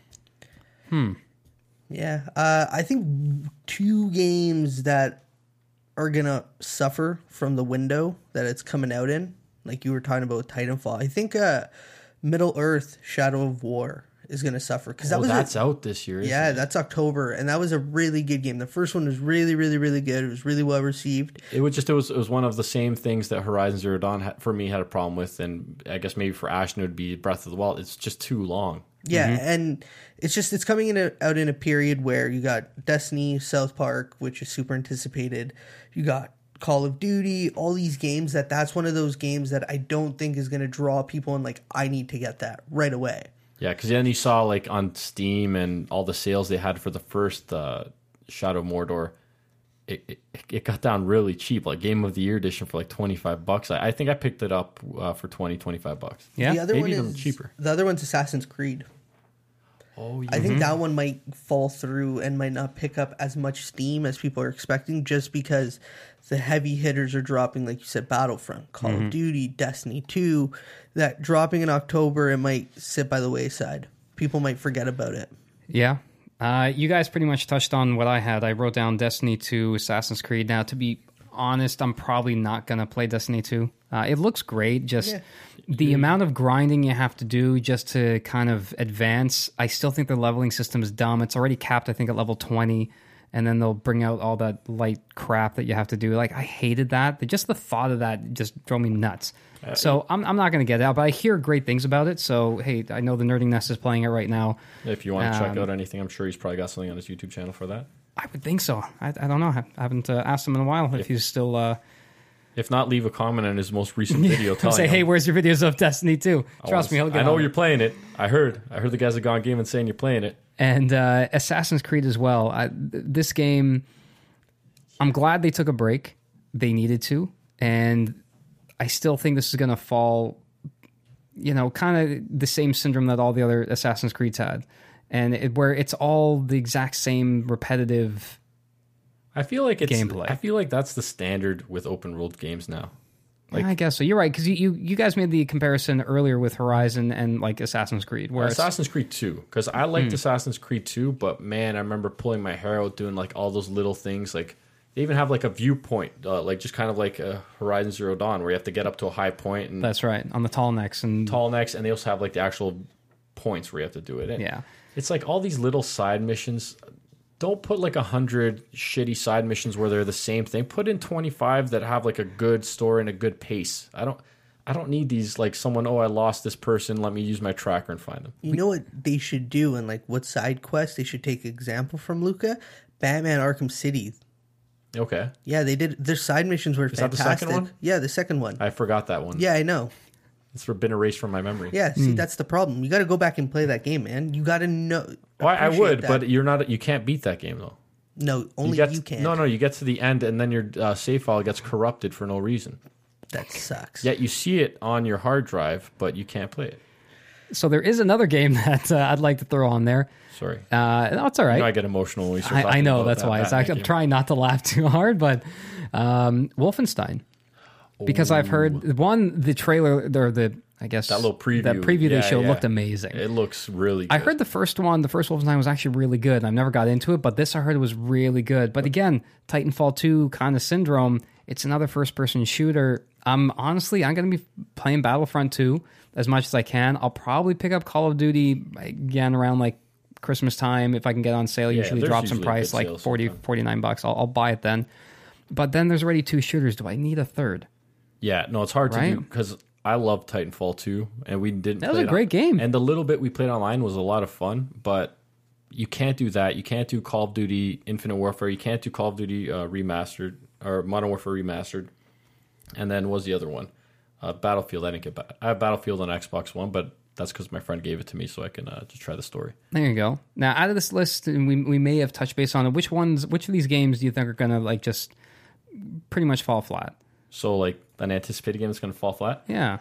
Speaker 4: Yeah, uh, I think two games that are gonna suffer from the window that it's coming out in, like you were talking about with Titanfall. I think uh, Middle Earth: Shadow of War is gonna suffer because that
Speaker 3: Well,
Speaker 4: was a-
Speaker 3: Oh, that's out this year. isn't
Speaker 4: yeah,
Speaker 3: it?
Speaker 4: that's October, and that was a really good game. The first one was really, really, really good. It was really well received.
Speaker 3: it was just it was it was one of the same things that Horizon Zero Dawn ha- for me had a problem with, and I guess maybe for Ashton it would be Breath of the Wild. It's just too long.
Speaker 4: Yeah, and it's just it's coming in a, out in a period where you got Destiny, South Park, which is super anticipated. You got Call of Duty, all these games that that's one of those games that I don't think is going to draw people in like I need to get that right away.
Speaker 3: Yeah, because then you saw like on Steam and all the sales they had for the first uh, Shadow of Mordor, it, it it got down really cheap, like Game of the Year edition for like twenty five bucks. I, I think I picked it up uh, for 20, 25 bucks.
Speaker 2: Yeah.
Speaker 4: the other
Speaker 3: maybe
Speaker 4: one
Speaker 3: even
Speaker 4: is
Speaker 3: cheaper.
Speaker 4: The other one's Assassin's Creed.
Speaker 3: Oh yeah,
Speaker 4: I think that one might fall through and might not pick up as much steam as people are expecting just because the heavy hitters are dropping, like you said, Battlefront, Call
Speaker 3: Mm-hmm.
Speaker 4: of Duty, Destiny 2. That dropping in October, it might sit by the wayside. People might forget about it.
Speaker 2: Yeah. Uh, you guys pretty much touched on what I had. I wrote down Destiny 2, Assassin's Creed. Now, to be honest, I'm probably not going to play Destiny 2. Uh, it looks great, just
Speaker 4: Yeah.
Speaker 2: the amount of grinding you have to do just to kind of advance. I still think the leveling system is dumb. It's already capped, I think, at level 20, and then they'll bring out all that light crap that you have to do. Like, I hated that. Just the thought of that just drove me nuts. So I'm, I'm not going to get out, but I hear great things about it. So, hey, I know the Nerding Nest is playing it right now.
Speaker 3: if you want to
Speaker 2: Um,
Speaker 3: check out anything, I'm sure he's probably got something on his YouTube channel for that.
Speaker 2: I would think so. I, I don't know. I haven't uh, asked him in a while if he's still uh,
Speaker 3: If not, leave a comment on his most recent video. telling
Speaker 2: say,
Speaker 3: him,
Speaker 2: "Hey, where's your videos of Destiny 2?
Speaker 3: I
Speaker 2: Trust me,
Speaker 3: wanna-
Speaker 2: he'll get.
Speaker 3: I know
Speaker 2: on it.
Speaker 3: you're playing it. I heard. I heard the guys at Gone Gaming saying you're playing it.
Speaker 2: and uh, Assassin's Creed as well. I, th- this game, I'm glad they took a break. They needed to, and I still think this is going to fall, you know, kind of the same syndrome that all the other Assassin's Creeds had, and it, where it's all the exact same repetitive.
Speaker 3: I feel like it's
Speaker 2: Gameplay.
Speaker 3: I feel like that's the standard with open world games now.
Speaker 2: I guess so. You're right because you, you you guys made the comparison earlier with Horizon and like Assassin's Creed, where it's-
Speaker 3: Assassin's Creed 2 because I liked
Speaker 2: Hmm.
Speaker 3: Assassin's Creed 2 but man I remember pulling my hair out doing like all those little things like they even have like a viewpoint uh, like just kind of like uh, Horizon Zero Dawn where you have to get up to a high point and
Speaker 2: That's right, on the tall necks and
Speaker 3: tall necks and they also have like the actual points where you have to do it in.
Speaker 2: Yeah.
Speaker 3: It's like all these little side missions don't put like a hundred shitty side missions where they're the same thing. Put in twenty five that have like a good story and a good pace. I don't I don't need these like someone, oh I lost this person, let me use my tracker and find them.
Speaker 4: You know what they should do and like what side quest they should take example from Luca? Batman Arkham City.
Speaker 3: Okay.
Speaker 4: Yeah, they did their side missions were
Speaker 3: that the
Speaker 4: fantastic.
Speaker 3: second one?
Speaker 4: Yeah, the second one.
Speaker 3: I forgot that one.
Speaker 4: yeah, I know.
Speaker 3: It's been erased from my memory.
Speaker 4: Yeah, see that's the problem. You got to go back and play that game, man. You got to know
Speaker 3: Well, I- I
Speaker 4: appreciate
Speaker 3: would,
Speaker 4: that.
Speaker 3: but you're not you can't beat that game though.
Speaker 4: No, only you,
Speaker 3: get to-
Speaker 4: can.
Speaker 3: No, no, you get to the end and then your uh, save file gets corrupted for no reason.
Speaker 4: That sucks.
Speaker 3: Yet you see it on your hard drive, but you can't play it.
Speaker 2: so there is another game that uh, I'd like to throw on there.
Speaker 3: Sorry.
Speaker 2: Uh, no, it's all right.
Speaker 3: I get emotional when we start
Speaker 2: I, I
Speaker 3: talking
Speaker 2: know
Speaker 3: about
Speaker 2: that's
Speaker 3: that
Speaker 2: why. It's
Speaker 3: Batman
Speaker 2: actually, I'm
Speaker 3: game.
Speaker 2: trying not to laugh too hard, but um, Wolfenstein, because I've heard one the trailer or the I guess that
Speaker 3: little preview.
Speaker 2: that preview they
Speaker 3: Yeah,
Speaker 2: showed
Speaker 3: yeah.
Speaker 2: looked amazing.
Speaker 3: It looks really. Good.
Speaker 2: I heard the first one, the first Wolfenstein was actually really good. and I've never got into it, but this I heard was really good. But again, Titanfall 2 kind of syndrome. It's another first person shooter. I'm honestly, I'm going to be playing Battlefront 2 as much as I can. I'll probably pick up Call of Duty again around like Christmas time if I can get on sale. usually
Speaker 3: there's
Speaker 2: drops in
Speaker 3: usually
Speaker 2: price
Speaker 3: good
Speaker 2: like
Speaker 3: sales
Speaker 2: 40,
Speaker 3: sometime.
Speaker 2: 49 bucks. I'll, I'll buy it then. But then there's already two shooters. Do I need a third?
Speaker 3: Yeah, no, it's hard to do
Speaker 2: Right?
Speaker 3: because I love Titanfall 2, and we didn't. That
Speaker 2: was a great game.
Speaker 3: and the little bit we played online was a lot of fun. But you can't do that. You can't do Call of Duty Infinite Warfare. You can't do Call of Duty uh, Remastered or Modern Warfare Remastered. And then what was the other one? Uh, Battlefield. I didn't get. Ba- I have Battlefield on Xbox One, but that's because my friend gave it to me, so I can uh, just try the story.
Speaker 2: There you go. Now, out of this list, and we we may have touched base on it. Which ones? Which of these games do you think are gonna like just pretty much fall flat.
Speaker 3: So like an anticipated game that's going to fall flat.
Speaker 2: Yeah.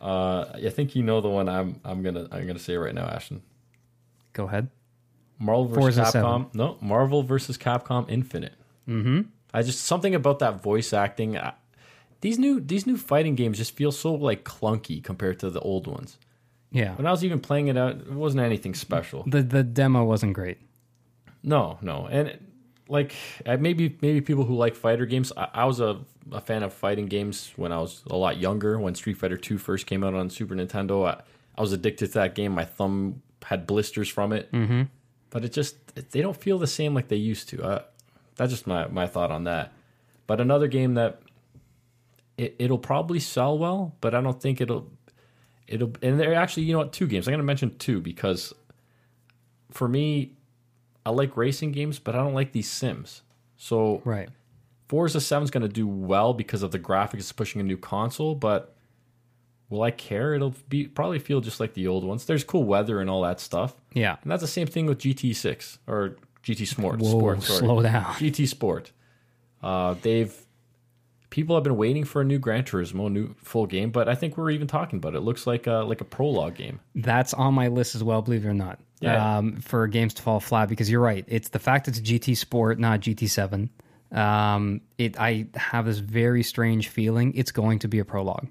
Speaker 3: Uh, I think you know the one I'm I'm gonna I'm gonna say right now, Ashton.
Speaker 2: Go ahead.
Speaker 3: Marvel versus
Speaker 2: Forza
Speaker 3: Capcom.
Speaker 2: 7.
Speaker 3: No, Marvel versus Capcom Infinite. Mm-hmm. I just something about that voice acting. I, these new these new fighting games just feel so like clunky compared to the old ones.
Speaker 2: Yeah.
Speaker 3: When I was even playing it out, it wasn't anything special.
Speaker 2: The the demo wasn't great.
Speaker 3: No, no, and it- like uh, maybe maybe people who like fighter games. I, I was a, a fan of fighting games when I was a lot younger. When Street Fighter Two first came out on Super Nintendo, I, I was addicted to that game. My thumb had blisters from it, mm-hmm. but it just they don't feel the same like they used to. Uh, that's just my my thought on that. But another game that it, it'll probably sell well, but I don't think it'll it'll. And they're actually you know what two games. I'm gonna mention two because for me I like racing games, but I don't like these sims. So
Speaker 2: Right.
Speaker 3: Forza 7 is going to do well because of the graphics it's pushing a new console, but will I care? It'll be probably feel just like the old ones. There's cool weather and all that stuff.
Speaker 2: Yeah.
Speaker 3: And that's the same thing with GT6 or GT Sport.
Speaker 2: Whoa,
Speaker 3: Sport, sorry.
Speaker 2: slow down.
Speaker 3: GT Sport. Uh, they've people have been waiting for a new Gran Turismo, new full game, but I think we're even talking about it. It looks like a, like a prologue game.
Speaker 2: That's on my list as well, believe it or not.
Speaker 3: Yeah.
Speaker 2: Um, for games to fall flat because you're right. It's the fact it's GT Sport, not GT7. Um, it I have this very strange feeling it's going to be a prologue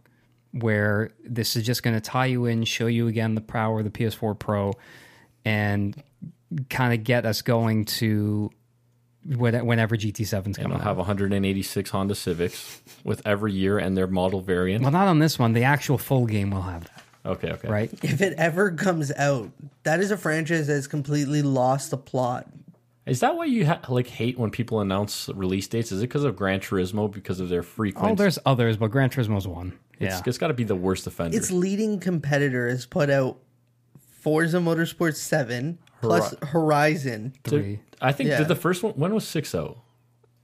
Speaker 2: where this is just going to tie you in, show you again the power of the PS4 Pro, and kind of get us going to when- whenever GT7's
Speaker 3: And
Speaker 2: coming
Speaker 3: I'll
Speaker 2: out.
Speaker 3: have 186 Honda Civics with every year and their model variant.
Speaker 2: Well, not on this one. The actual full game will have that,
Speaker 3: Okay, okay.
Speaker 2: right?
Speaker 4: If it ever comes out, that is a franchise that's completely lost the plot.
Speaker 3: Is that why you ha- like hate when people announce release dates? Is it because of Gran Turismo because of their frequent?
Speaker 2: Oh, there's others, but Gran Turismo's one. Yeah.
Speaker 3: it's, it's got to be the worst offender.
Speaker 4: Its leading competitor has put out Forza Motorsport 7 plus Horizon.
Speaker 3: Did- I think
Speaker 4: Yeah.
Speaker 3: did the first one. When was six out?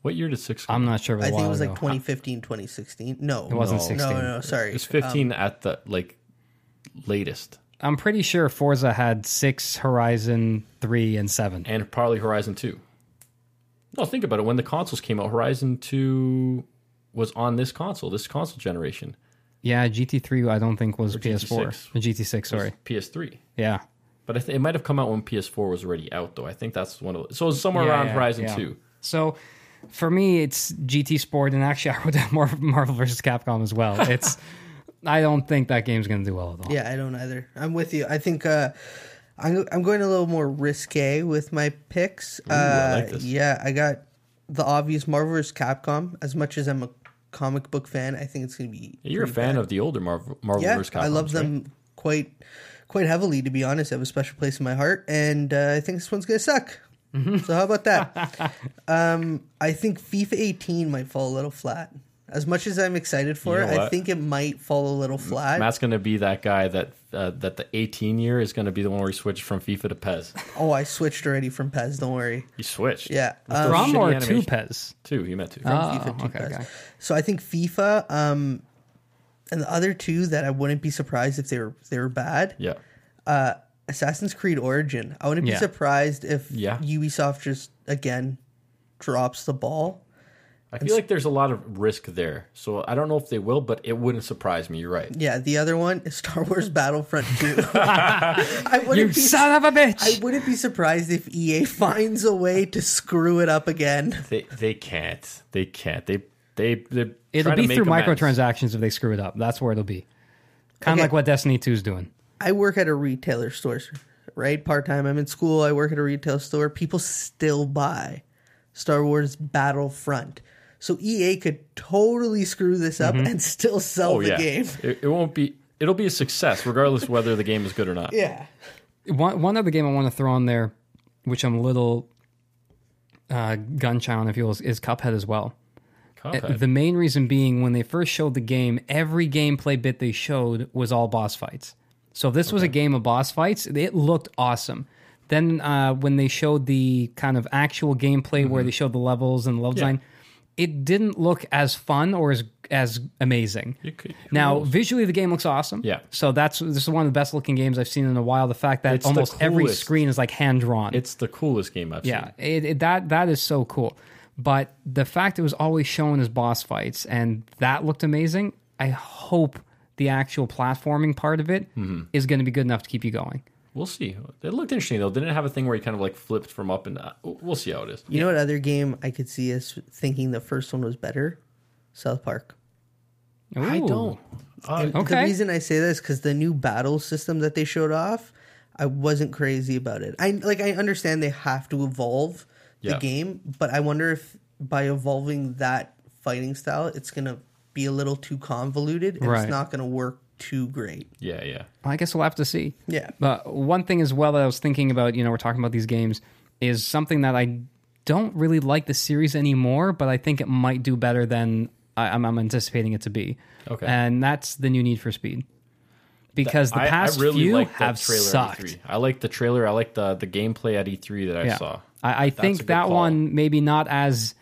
Speaker 3: What year did six?
Speaker 2: I'm not sure. But
Speaker 4: I think it was like
Speaker 2: ago.
Speaker 4: 2015, 2016. No. It
Speaker 2: wasn't
Speaker 4: no,
Speaker 2: 16.
Speaker 4: No, no, sorry.
Speaker 3: It was 15 at the like latest,
Speaker 2: I'm pretty sure Forza had six, Horizon three, and seven.
Speaker 3: and probably Horizon Two. No, think about it. When the consoles came out, Horizon Two was on this console, this console generation,
Speaker 2: Yeah, GT three I don't think was PS4.
Speaker 3: GT6.
Speaker 2: Or GT6, sorry.
Speaker 3: PS3.
Speaker 2: Yeah,
Speaker 3: But I th- it might have come out when PS4 was already out, though. I think that's one of the, so it was somewhere
Speaker 2: Yeah,
Speaker 3: around
Speaker 2: yeah,
Speaker 3: Horizon
Speaker 2: yeah.
Speaker 3: Two.
Speaker 2: So for me, it's GT Sport, and actually I wrote down Mar- Marvel vs. Capcom as well. It's I don't think that game's gonna do well at all.
Speaker 4: Yeah, I don't either. I'm with you. I think uh, I'm I'm going a little more risque with my picks. uh,
Speaker 3: like this.
Speaker 4: Yeah, I got the obvious Marvel vs. Capcom. As much as I'm a comic book fan, I think it's going to be.
Speaker 3: You're a fan of the older Marvel, Marvel
Speaker 4: Yeah,
Speaker 3: vs. Capcom.
Speaker 4: I love them quite quite heavily. To be honest, I have a special place in my heart, and uh, I think this one's going to suck.
Speaker 3: Mm-hmm.
Speaker 4: So how about that? um, I think FIFA 18 might fall a little flat. As much as I'm excited for
Speaker 3: You know
Speaker 4: it, I
Speaker 3: what?
Speaker 4: think it might fall a little flat.
Speaker 3: Matt's going to be that guy that uh, that the 18 year is going to be the one where he switched from FIFA to PES.
Speaker 4: oh, I switched already from Pez. Don't worry.
Speaker 3: He switched.
Speaker 4: Yeah. Uh, Um,
Speaker 2: From
Speaker 3: Shitty
Speaker 2: or two
Speaker 3: animation.
Speaker 2: Pez?
Speaker 3: Two, he meant two.
Speaker 2: Oh,
Speaker 4: FIFA
Speaker 2: okay,
Speaker 4: cheapest.
Speaker 2: okay.
Speaker 4: So I think FIFA, um, and the other two that I wouldn't be surprised if they were if they were bad.
Speaker 3: yeah.
Speaker 4: Uh, Assassin's Creed Origin. I wouldn't
Speaker 2: Yeah.
Speaker 4: be surprised if
Speaker 3: Yeah.
Speaker 4: Ubisoft just again drops the ball.
Speaker 3: I feel like there's a lot of risk there. So I don't know if they will, but it wouldn't surprise me. You're right.
Speaker 4: Yeah, the other one is Star Wars Battlefront 2. I wouldn't
Speaker 2: You
Speaker 4: be
Speaker 2: son of a bitch!
Speaker 4: I wouldn't be surprised if EA finds a way to screw it up again.
Speaker 3: They they can't. They can't. They they they
Speaker 2: it'll be through microtransactions if they screw it up. That's where it'll be. Kind of
Speaker 4: Okay.
Speaker 2: like what Destiny 2's doing.
Speaker 4: I work at a retailer store, right? Part time. I'm in school. I work at a retail store. People still buy Star Wars Battlefront. So EA could totally screw this up and still sell
Speaker 3: Oh
Speaker 4: the
Speaker 3: yeah.
Speaker 4: game.
Speaker 3: It, it won't be. It'll be a success regardless of whether the game is good or not.
Speaker 4: Yeah.
Speaker 2: one one other game I want to throw on there, which I'm a little uh, gun shy on, if you will, is, is Cuphead as well. Uh,
Speaker 3: Cuphead.
Speaker 2: The main reason being when they first showed the game, every gameplay bit they showed was all boss fights. So if this was a game of boss fights, it looked awesome. Then uh, when they showed the kind of actual gameplay where they showed the levels and the level design, it didn't look as fun or as as amazing.
Speaker 3: You could- who
Speaker 2: Now,
Speaker 3: knows?
Speaker 2: visually, the game looks awesome.
Speaker 3: Yeah.
Speaker 2: So that's this is one of the best looking games I've seen in a while. The fact that
Speaker 3: It's the
Speaker 2: almost every
Speaker 3: coolest.
Speaker 2: screen is like hand drawn.
Speaker 3: it's the coolest game I've
Speaker 2: yeah. It, it, that that is so cool. But the fact it was always shown as boss fights and that looked amazing, I hope the actual platforming part of it
Speaker 3: Mm-hmm.
Speaker 2: is going to be good enough to keep you going.
Speaker 3: We'll see. It looked interesting though. Didn't it have a thing where you kind of like flipped from up and uh, we'll see how it is.
Speaker 4: You know what other game I could see us thinking the first one was better? South Park.
Speaker 3: I
Speaker 2: Ooh.
Speaker 3: don't. Uh,
Speaker 2: Okay.
Speaker 4: The reason I say this because the new battle system that they showed off, I wasn't crazy about it. I like I understand they have to evolve the
Speaker 3: Yeah.
Speaker 4: game, but I wonder if by evolving that fighting style, it's gonna be a little too convoluted and
Speaker 2: Right.
Speaker 4: it's not gonna work too great.
Speaker 3: yeah, yeah.
Speaker 2: I guess we'll have to see.
Speaker 4: Yeah.
Speaker 2: But one thing as well that I was thinking about, you know, we're talking about these games, is something that I don't really like the series anymore, but I think it might do better than I, I'm, I'm anticipating it to be.
Speaker 3: Okay.
Speaker 2: And that's the new Need for Speed. Because the
Speaker 3: I- I
Speaker 2: past
Speaker 3: really
Speaker 2: few
Speaker 3: liked that
Speaker 2: have
Speaker 3: trailer at
Speaker 2: sucked.
Speaker 3: E3. I like the trailer. I like the the gameplay at E3 that I
Speaker 2: Yeah.
Speaker 3: saw.
Speaker 2: I, I
Speaker 3: a
Speaker 2: think
Speaker 3: good
Speaker 2: that
Speaker 3: call.
Speaker 2: one maybe not as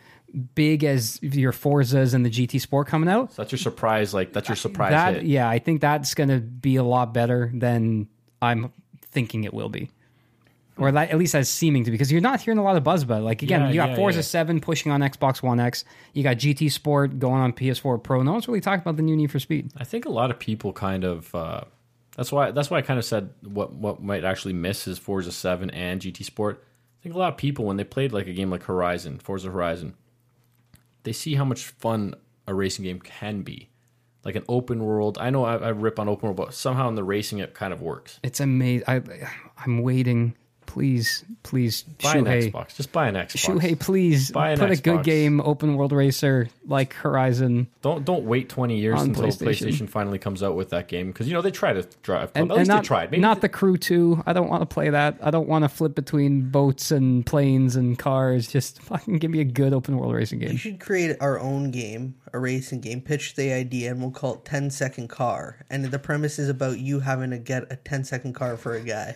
Speaker 2: big as your Forzas and the GT Sport coming out.
Speaker 3: That's your surprise. Like that's your surprise
Speaker 2: That
Speaker 3: hit.
Speaker 2: yeah, I think that's going to be a lot better than I'm thinking it will be, or li- at least as seeming to. be, Because you're not hearing a lot of buzz about it. Like again,
Speaker 3: Yeah,
Speaker 2: you got
Speaker 3: yeah,
Speaker 2: Forza
Speaker 3: yeah.
Speaker 2: Seven pushing on Xbox One X. You got GT Sport going on PS4 Pro. No one's really talking about the new Need for Speed.
Speaker 3: I think a lot of people kind of. Uh, that's why. That's why I kind of said what what might actually miss is Forza Seven and GT Sport. I think a lot of people when they played like a game like Horizon, Forza Horizon, they see how much fun a racing game can be, like an open world. I know I, I rip on open world, but somehow in the racing it kind of works.
Speaker 2: It's amazing. I, I'm waiting. Please, please,
Speaker 3: Buy an
Speaker 2: Shuhei,
Speaker 3: Xbox. Just buy an Xbox.
Speaker 2: Shuhei, please
Speaker 3: Buy an
Speaker 2: put a good
Speaker 3: Xbox.
Speaker 2: game, open world racer like Horizon.
Speaker 3: Don't don't wait twenty years
Speaker 2: On
Speaker 3: until
Speaker 2: PlayStation.
Speaker 3: PlayStation. finally comes out with that game because you know they try to drive.
Speaker 2: And,
Speaker 3: at least
Speaker 2: and not,
Speaker 3: they tried. Maybe
Speaker 2: not the crew too. I don't want to play that. I don't want to flip between boats and planes and cars. Just fucking give me a good open world racing
Speaker 4: We
Speaker 2: game.
Speaker 4: should create our own game, a racing game, pitch the idea, and we'll call it 10 Second Car. And the premise is about you having to get a 10 second car for a guy.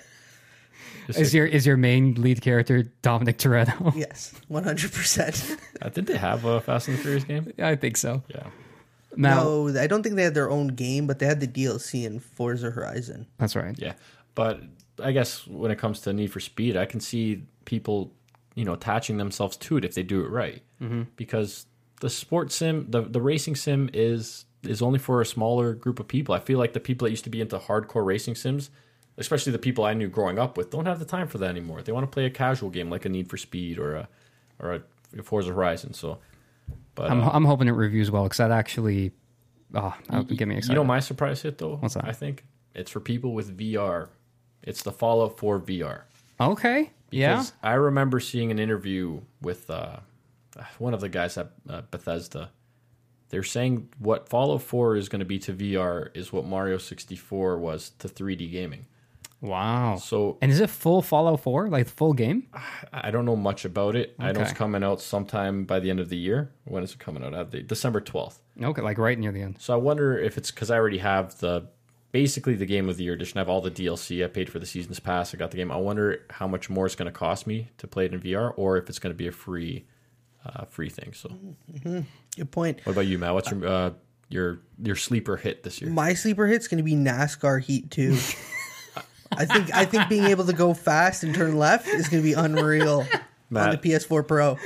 Speaker 2: Is your is your main lead character Dominic Toretto?
Speaker 4: Yes, 100%.
Speaker 3: Uh, did they have a Fast and the Furious game?
Speaker 2: I think so.
Speaker 3: Yeah.
Speaker 2: Now
Speaker 4: no, I don't think they had their own game, but they had the DLC in Forza Horizon.
Speaker 2: that's right.
Speaker 3: Yeah, but I guess when it comes to Need for Speed, I can see people, you know, attaching themselves to it if they do it right, mm-hmm. because the sports sim, the the racing sim is is only for a smaller group of people. I feel like the people that used to be into hardcore racing sims, especially the people I knew growing up with, don't have the time for that anymore. They want to play a casual game like a Need for Speed or a or a Forza Horizon. So, but
Speaker 2: I'm
Speaker 3: uh,
Speaker 2: I'm hoping it reviews well because that actually, oh, that would get me
Speaker 3: you
Speaker 2: excited.
Speaker 3: know my surprise hit though.
Speaker 2: What's that?
Speaker 3: I think it's for people with VR. It's the Fallout 4 VR.
Speaker 2: okay. Yeah.
Speaker 3: Because I remember seeing an interview with uh, one of the guys at uh, Bethesda. They're saying what Fallout 4 is going to be to VR is what Mario 64 was to 3D gaming.
Speaker 2: Wow.
Speaker 3: So Ah.
Speaker 2: and is it full Fallout Four like the full game?
Speaker 3: I don't know much about it. I know it's
Speaker 2: Okay.
Speaker 3: coming out sometime by the end of the year. When is it coming out? Uh, the- December 12th.
Speaker 2: Okay, like right near the end.
Speaker 3: So I wonder if it's because I already have the basically the game of the year edition. I have all the DLC. I paid for the season's pass. I got the game. I wonder how much more it's going to cost me to play it in VR, or if it's going to be a free, uh, free thing. So
Speaker 4: Good point.
Speaker 3: what about you, Matt? What's your uh, your your sleeper hit this year?
Speaker 4: My sleeper hit's going to be NASCAR Heat 2. I think I think being able to go fast and turn left is going to be unreal on the
Speaker 3: Matt.
Speaker 4: PS4 Pro.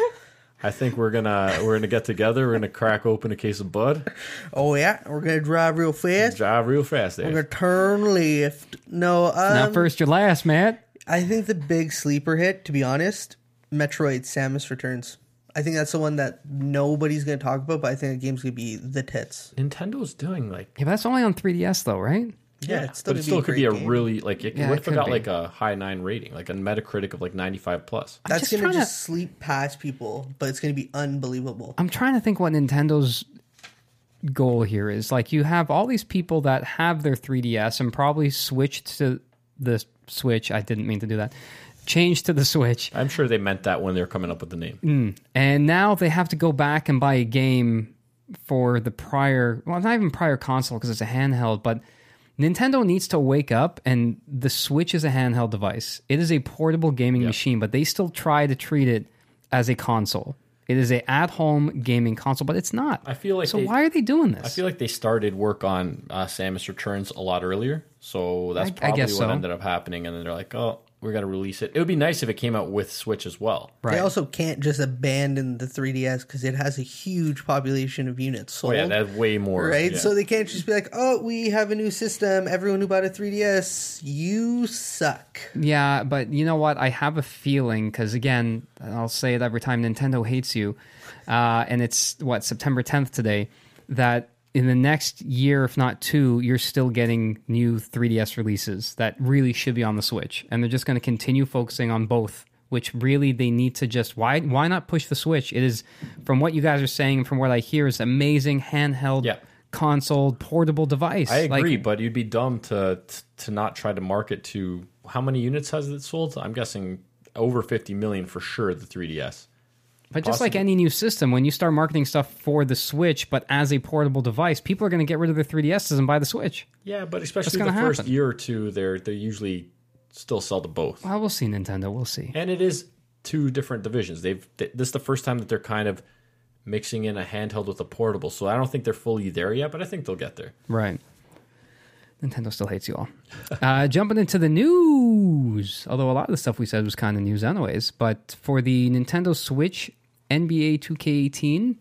Speaker 3: I think we're gonna we're gonna get together. We're gonna crack open a case of Bud,
Speaker 4: Oh yeah, we're going to drive real fast.
Speaker 3: drive real fast.
Speaker 4: We're going
Speaker 3: Dave.
Speaker 4: to turn left. No, um,
Speaker 2: Not first, your last, Matt.
Speaker 4: I think the big sleeper hit, to be honest, Metroid Samus Returns. I think that's the one that nobody's going to talk about, but I think the game's going to be the tits.
Speaker 3: Nintendo's doing like
Speaker 2: Yeah, but that's only on 3DS though, right?
Speaker 4: Yeah, it's still
Speaker 3: but
Speaker 4: gonna
Speaker 3: it still could be
Speaker 4: great
Speaker 3: a
Speaker 4: game.
Speaker 3: really like it,
Speaker 2: Yeah,
Speaker 3: what
Speaker 2: it
Speaker 3: if it
Speaker 2: could
Speaker 3: got
Speaker 2: be.
Speaker 3: like a high nine rating, like a Metacritic of like ninety five plus.
Speaker 4: That's
Speaker 2: just
Speaker 4: going to
Speaker 2: tryna-
Speaker 4: just sleep past people, but it's going to be unbelievable.
Speaker 2: I'm trying to think what Nintendo's goal here is. Like you have all these people that have their 3DS and probably switched to the Switch. I didn't mean to do that. Changed to the Switch.
Speaker 3: I'm sure they meant that when they were coming up with the name.
Speaker 2: And now they have to go back and buy a game for the prior, well, not even prior console because it's a handheld, but Nintendo needs to wake up and the Switch is a handheld device. It is a portable gaming machine, but they still try to treat it as a console. It is a at-home gaming console, but it's not.
Speaker 3: I feel like
Speaker 2: so.
Speaker 3: they-
Speaker 2: why are they doing this?
Speaker 3: I feel like they started work on uh, Samus Returns a lot earlier, so that's
Speaker 2: I- I
Speaker 3: probably
Speaker 2: guess
Speaker 3: what
Speaker 2: so.
Speaker 3: ended up happening. And then they're like, "Oh, we're gonna release it. It would be nice if it came out with Switch as well.
Speaker 2: Right.
Speaker 4: They also can't just abandon the 3DS because it has a huge population of units
Speaker 3: Oh
Speaker 4: sold.
Speaker 3: yeah, that's way more.
Speaker 4: right?
Speaker 3: yeah.
Speaker 4: So they can't just be like, oh, we have a new system. Everyone who bought a 3DS, you suck.
Speaker 2: Yeah, but you know what? I have a feeling because again, I'll say it every time. Nintendo hates you, uh, and it's what September 10th today. That in the next year, if not two, you're still getting new 3DS releases that really should be on the Switch, and they're just going to continue focusing on both. Which really they need to just why why not push the Switch? It is from what you guys are saying and from what I hear is amazing handheld
Speaker 3: Yeah.
Speaker 2: console portable device.
Speaker 3: I agree,
Speaker 2: Like,
Speaker 3: but you'd be dumb to to not try to market to how many units has it sold? I'm guessing over 50 million for sure. The 3ds.
Speaker 2: But just like any new system, when you start marketing stuff for the Switch, but as a portable device, people are going to get rid of their 3DSs and buy the Switch.
Speaker 3: Yeah, but especially the
Speaker 2: gonna
Speaker 3: first
Speaker 2: happen.
Speaker 3: year or two, they're they usually still sell to both.
Speaker 2: Well, we'll see, Nintendo. We'll see.
Speaker 3: And it is two different divisions. They've th- this is the first time that they're kind of mixing in a handheld with a portable. So I don't think they're fully there yet, but I think they'll get there.
Speaker 2: Right. Nintendo still hates you all. uh, jumping into the news, although a lot of the stuff we said was kind of news, anyways. But for the Nintendo Switch, NBA 2K18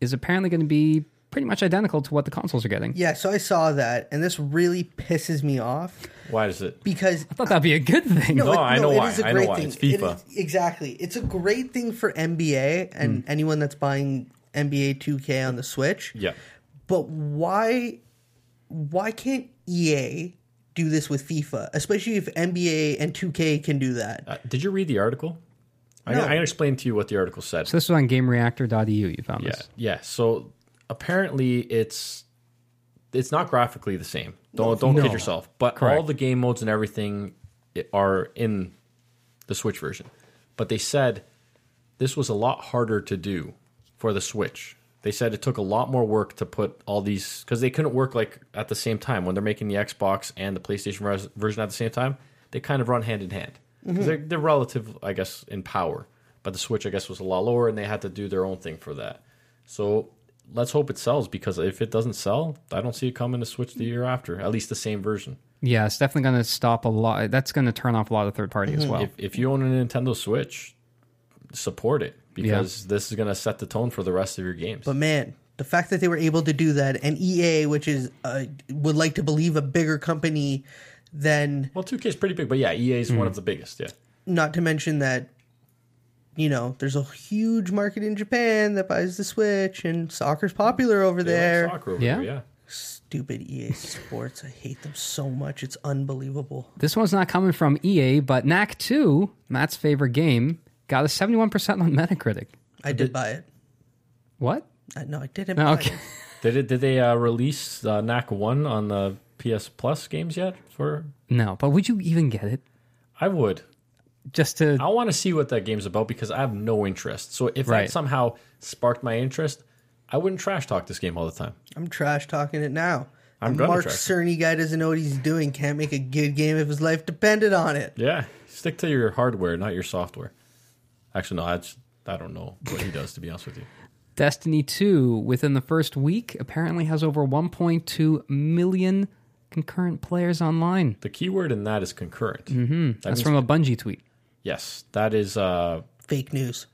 Speaker 2: is apparently going to be pretty much identical to what the consoles are getting.
Speaker 4: Yeah, so I saw that, and this really pisses me off
Speaker 3: Why does it?
Speaker 4: because
Speaker 2: I thought that'd be a good thing.
Speaker 3: No, I know
Speaker 4: it
Speaker 3: why.
Speaker 4: is a
Speaker 3: I know
Speaker 4: great
Speaker 3: why.
Speaker 4: thing.
Speaker 3: It's FIFA.
Speaker 4: It is- exactly. It's a great thing for NBA and anyone that's buying NBA 2K on the Switch.
Speaker 3: Hmm. Yeah,
Speaker 4: But why why can't EA do this with FIFA, especially if NBA and 2K can do that?
Speaker 3: uh, did you read the article? I,
Speaker 4: No.
Speaker 3: I can explain to you what the article said.
Speaker 2: So this was on GameReactor.eu. E You found
Speaker 3: Yeah,
Speaker 2: this.
Speaker 3: yeah. So apparently, it's it's not graphically the same. Don't don't kid yourself. But all
Speaker 2: Correct.
Speaker 3: the game modes and everything i- are in the Switch version. But they said this was a lot harder to do for the Switch. They said it took a lot more work to put all these because they couldn't work like at the same time when they're making the Xbox and the PlayStation res- version at the same time. They kind of run hand in hand. 'Cause They're, they're relative, I guess, in power. But the Switch, I guess, was a lot lower, and they had to do their own thing for that. So let's hope it sells because if it doesn't sell, I don't see it coming to Switch the year after. At least the same version.
Speaker 2: Yeah, it's definitely going to stop a lot. That's going to turn off a lot of third party as well.
Speaker 3: If, if you own a Nintendo Switch, support it because this is going to set the tone for the rest of your games.
Speaker 4: But man, the fact that they were able to do that, and EA, which is uh, would like to believe a bigger company than,
Speaker 3: Well, 2K is pretty big, but yeah, EA is one of the biggest. Yeah.
Speaker 4: not to mention that, you know, there's a huge market in Japan that buys the Switch, and soccer's popular over
Speaker 3: They
Speaker 4: there.
Speaker 3: like soccer over
Speaker 2: Yeah.
Speaker 3: there, yeah.
Speaker 4: Stupid EA Sports, I hate them so much. It's unbelievable.
Speaker 2: This one's not coming from EA, but Knack 2, Matt's favorite game, got a 71% on Metacritic.
Speaker 4: I did buy it.
Speaker 2: What?
Speaker 4: I, no, I didn't.
Speaker 2: No,
Speaker 4: buy
Speaker 2: okay.
Speaker 4: it.
Speaker 3: Did it, did they uh, release uh, Knack One on the PS Plus games yet? For
Speaker 2: No, but would you even get it?
Speaker 3: I would.
Speaker 2: Just to.
Speaker 3: I want to see what that game's about because I have no interest. So if
Speaker 2: Right.
Speaker 3: that somehow sparked my interest, I wouldn't trash talk this game all the time.
Speaker 4: I'm trash talking it now.
Speaker 3: I'm
Speaker 4: The
Speaker 3: gonna
Speaker 4: Mark
Speaker 3: trash-
Speaker 4: Cerny guy doesn't know what he's doing. Can't make a good game if his life depended on it.
Speaker 3: Yeah, stick to your hardware, not your software. Actually, no, I, just, I don't know what he does to be honest with you.
Speaker 2: Destiny 2, within the first week, apparently has over 1.2 million concurrent players online.
Speaker 3: The key word in that is concurrent. Mm-hmm. That
Speaker 2: That's
Speaker 3: means,
Speaker 2: from a Bungie tweet.
Speaker 3: yes, that is uh,
Speaker 4: Fake news.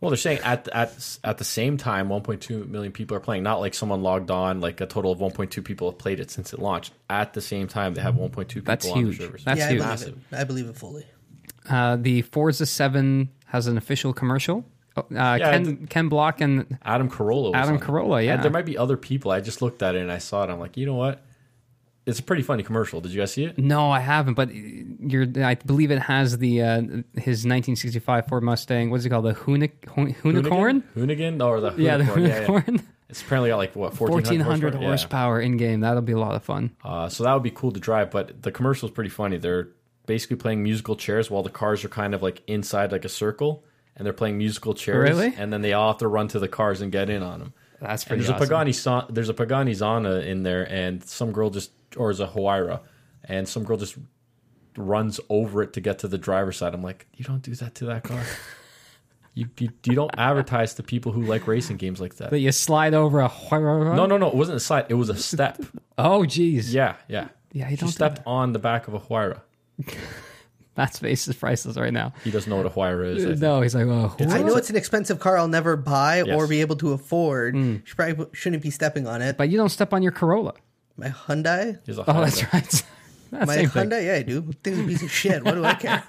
Speaker 3: Well, they're saying at at at the same time, 1.2 million people are playing. Not like someone logged on, like a total of 1.2 people have played it since it launched. At the same time, they have 1.2 people
Speaker 2: That's
Speaker 3: on
Speaker 2: huge.
Speaker 3: their servers.
Speaker 2: That's
Speaker 4: yeah,
Speaker 2: huge.
Speaker 4: I believe
Speaker 3: Massive.
Speaker 4: it. I believe it fully.
Speaker 2: Uh, the Forza 7 has an official commercial. Oh, Uh, Ken, Ken Block and
Speaker 3: Adam Carolla. Was
Speaker 2: Adam
Speaker 3: on it.
Speaker 2: Carolla,
Speaker 3: And
Speaker 2: yeah.
Speaker 3: there might be other people. I just looked at it and I saw it. I'm like, you know what? It's a pretty funny commercial. Did you guys see it?
Speaker 2: No, I haven't. But you're, I believe it has the uh, his 1965 Ford Mustang. What's it called? The Huni- Hun- Hunicorn.
Speaker 3: Hoonigan? Oh, or the
Speaker 2: Yeah, the
Speaker 3: Hoonicorn,
Speaker 2: Hunicorn.
Speaker 3: It's apparently got like what 1400
Speaker 2: 1400
Speaker 3: Yeah.
Speaker 2: horsepower in game. That'll be a lot of fun.
Speaker 3: Uh, so that would be cool to drive, but the commercial's pretty funny. They're basically playing musical chairs while the cars are kind of like inside like a circle, and they're playing musical chairs.
Speaker 2: Really?
Speaker 3: And then they all have to run to the cars and get in on them.
Speaker 2: That's
Speaker 3: And
Speaker 2: pretty
Speaker 3: there's
Speaker 2: awesome.
Speaker 3: a Pagani son- there's a Pagani Zana in there, and some girl just or is a Huayra, and some girl just runs over it to get to the driver's side. I'm like, you don't do that to that car. you, you you don't advertise to people who like racing games like that.
Speaker 2: That you slide over a.
Speaker 3: No, no, no. It wasn't a slide. It was a step.
Speaker 2: Oh, jeez.
Speaker 3: Yeah, yeah.
Speaker 2: Yeah, you
Speaker 3: She
Speaker 2: don't do
Speaker 3: stepped on the back of a Huayra.
Speaker 2: That's basis prices right now.
Speaker 3: He doesn't know what a wire is. I think.
Speaker 2: No, he's like, oh,
Speaker 4: I know
Speaker 2: what?"
Speaker 4: it's an expensive car I'll never buy or
Speaker 3: Yes. Hmm.
Speaker 4: be able to afford. She probably shouldn't be stepping on it.
Speaker 2: but you don't step on your Corolla.
Speaker 4: My Hyundai?
Speaker 3: He's a
Speaker 2: Oh,
Speaker 3: Honda.
Speaker 2: that's right. That's
Speaker 4: My
Speaker 2: same thing.
Speaker 4: Hyundai? Yeah, I do. Thing's a piece of shit. What do I care?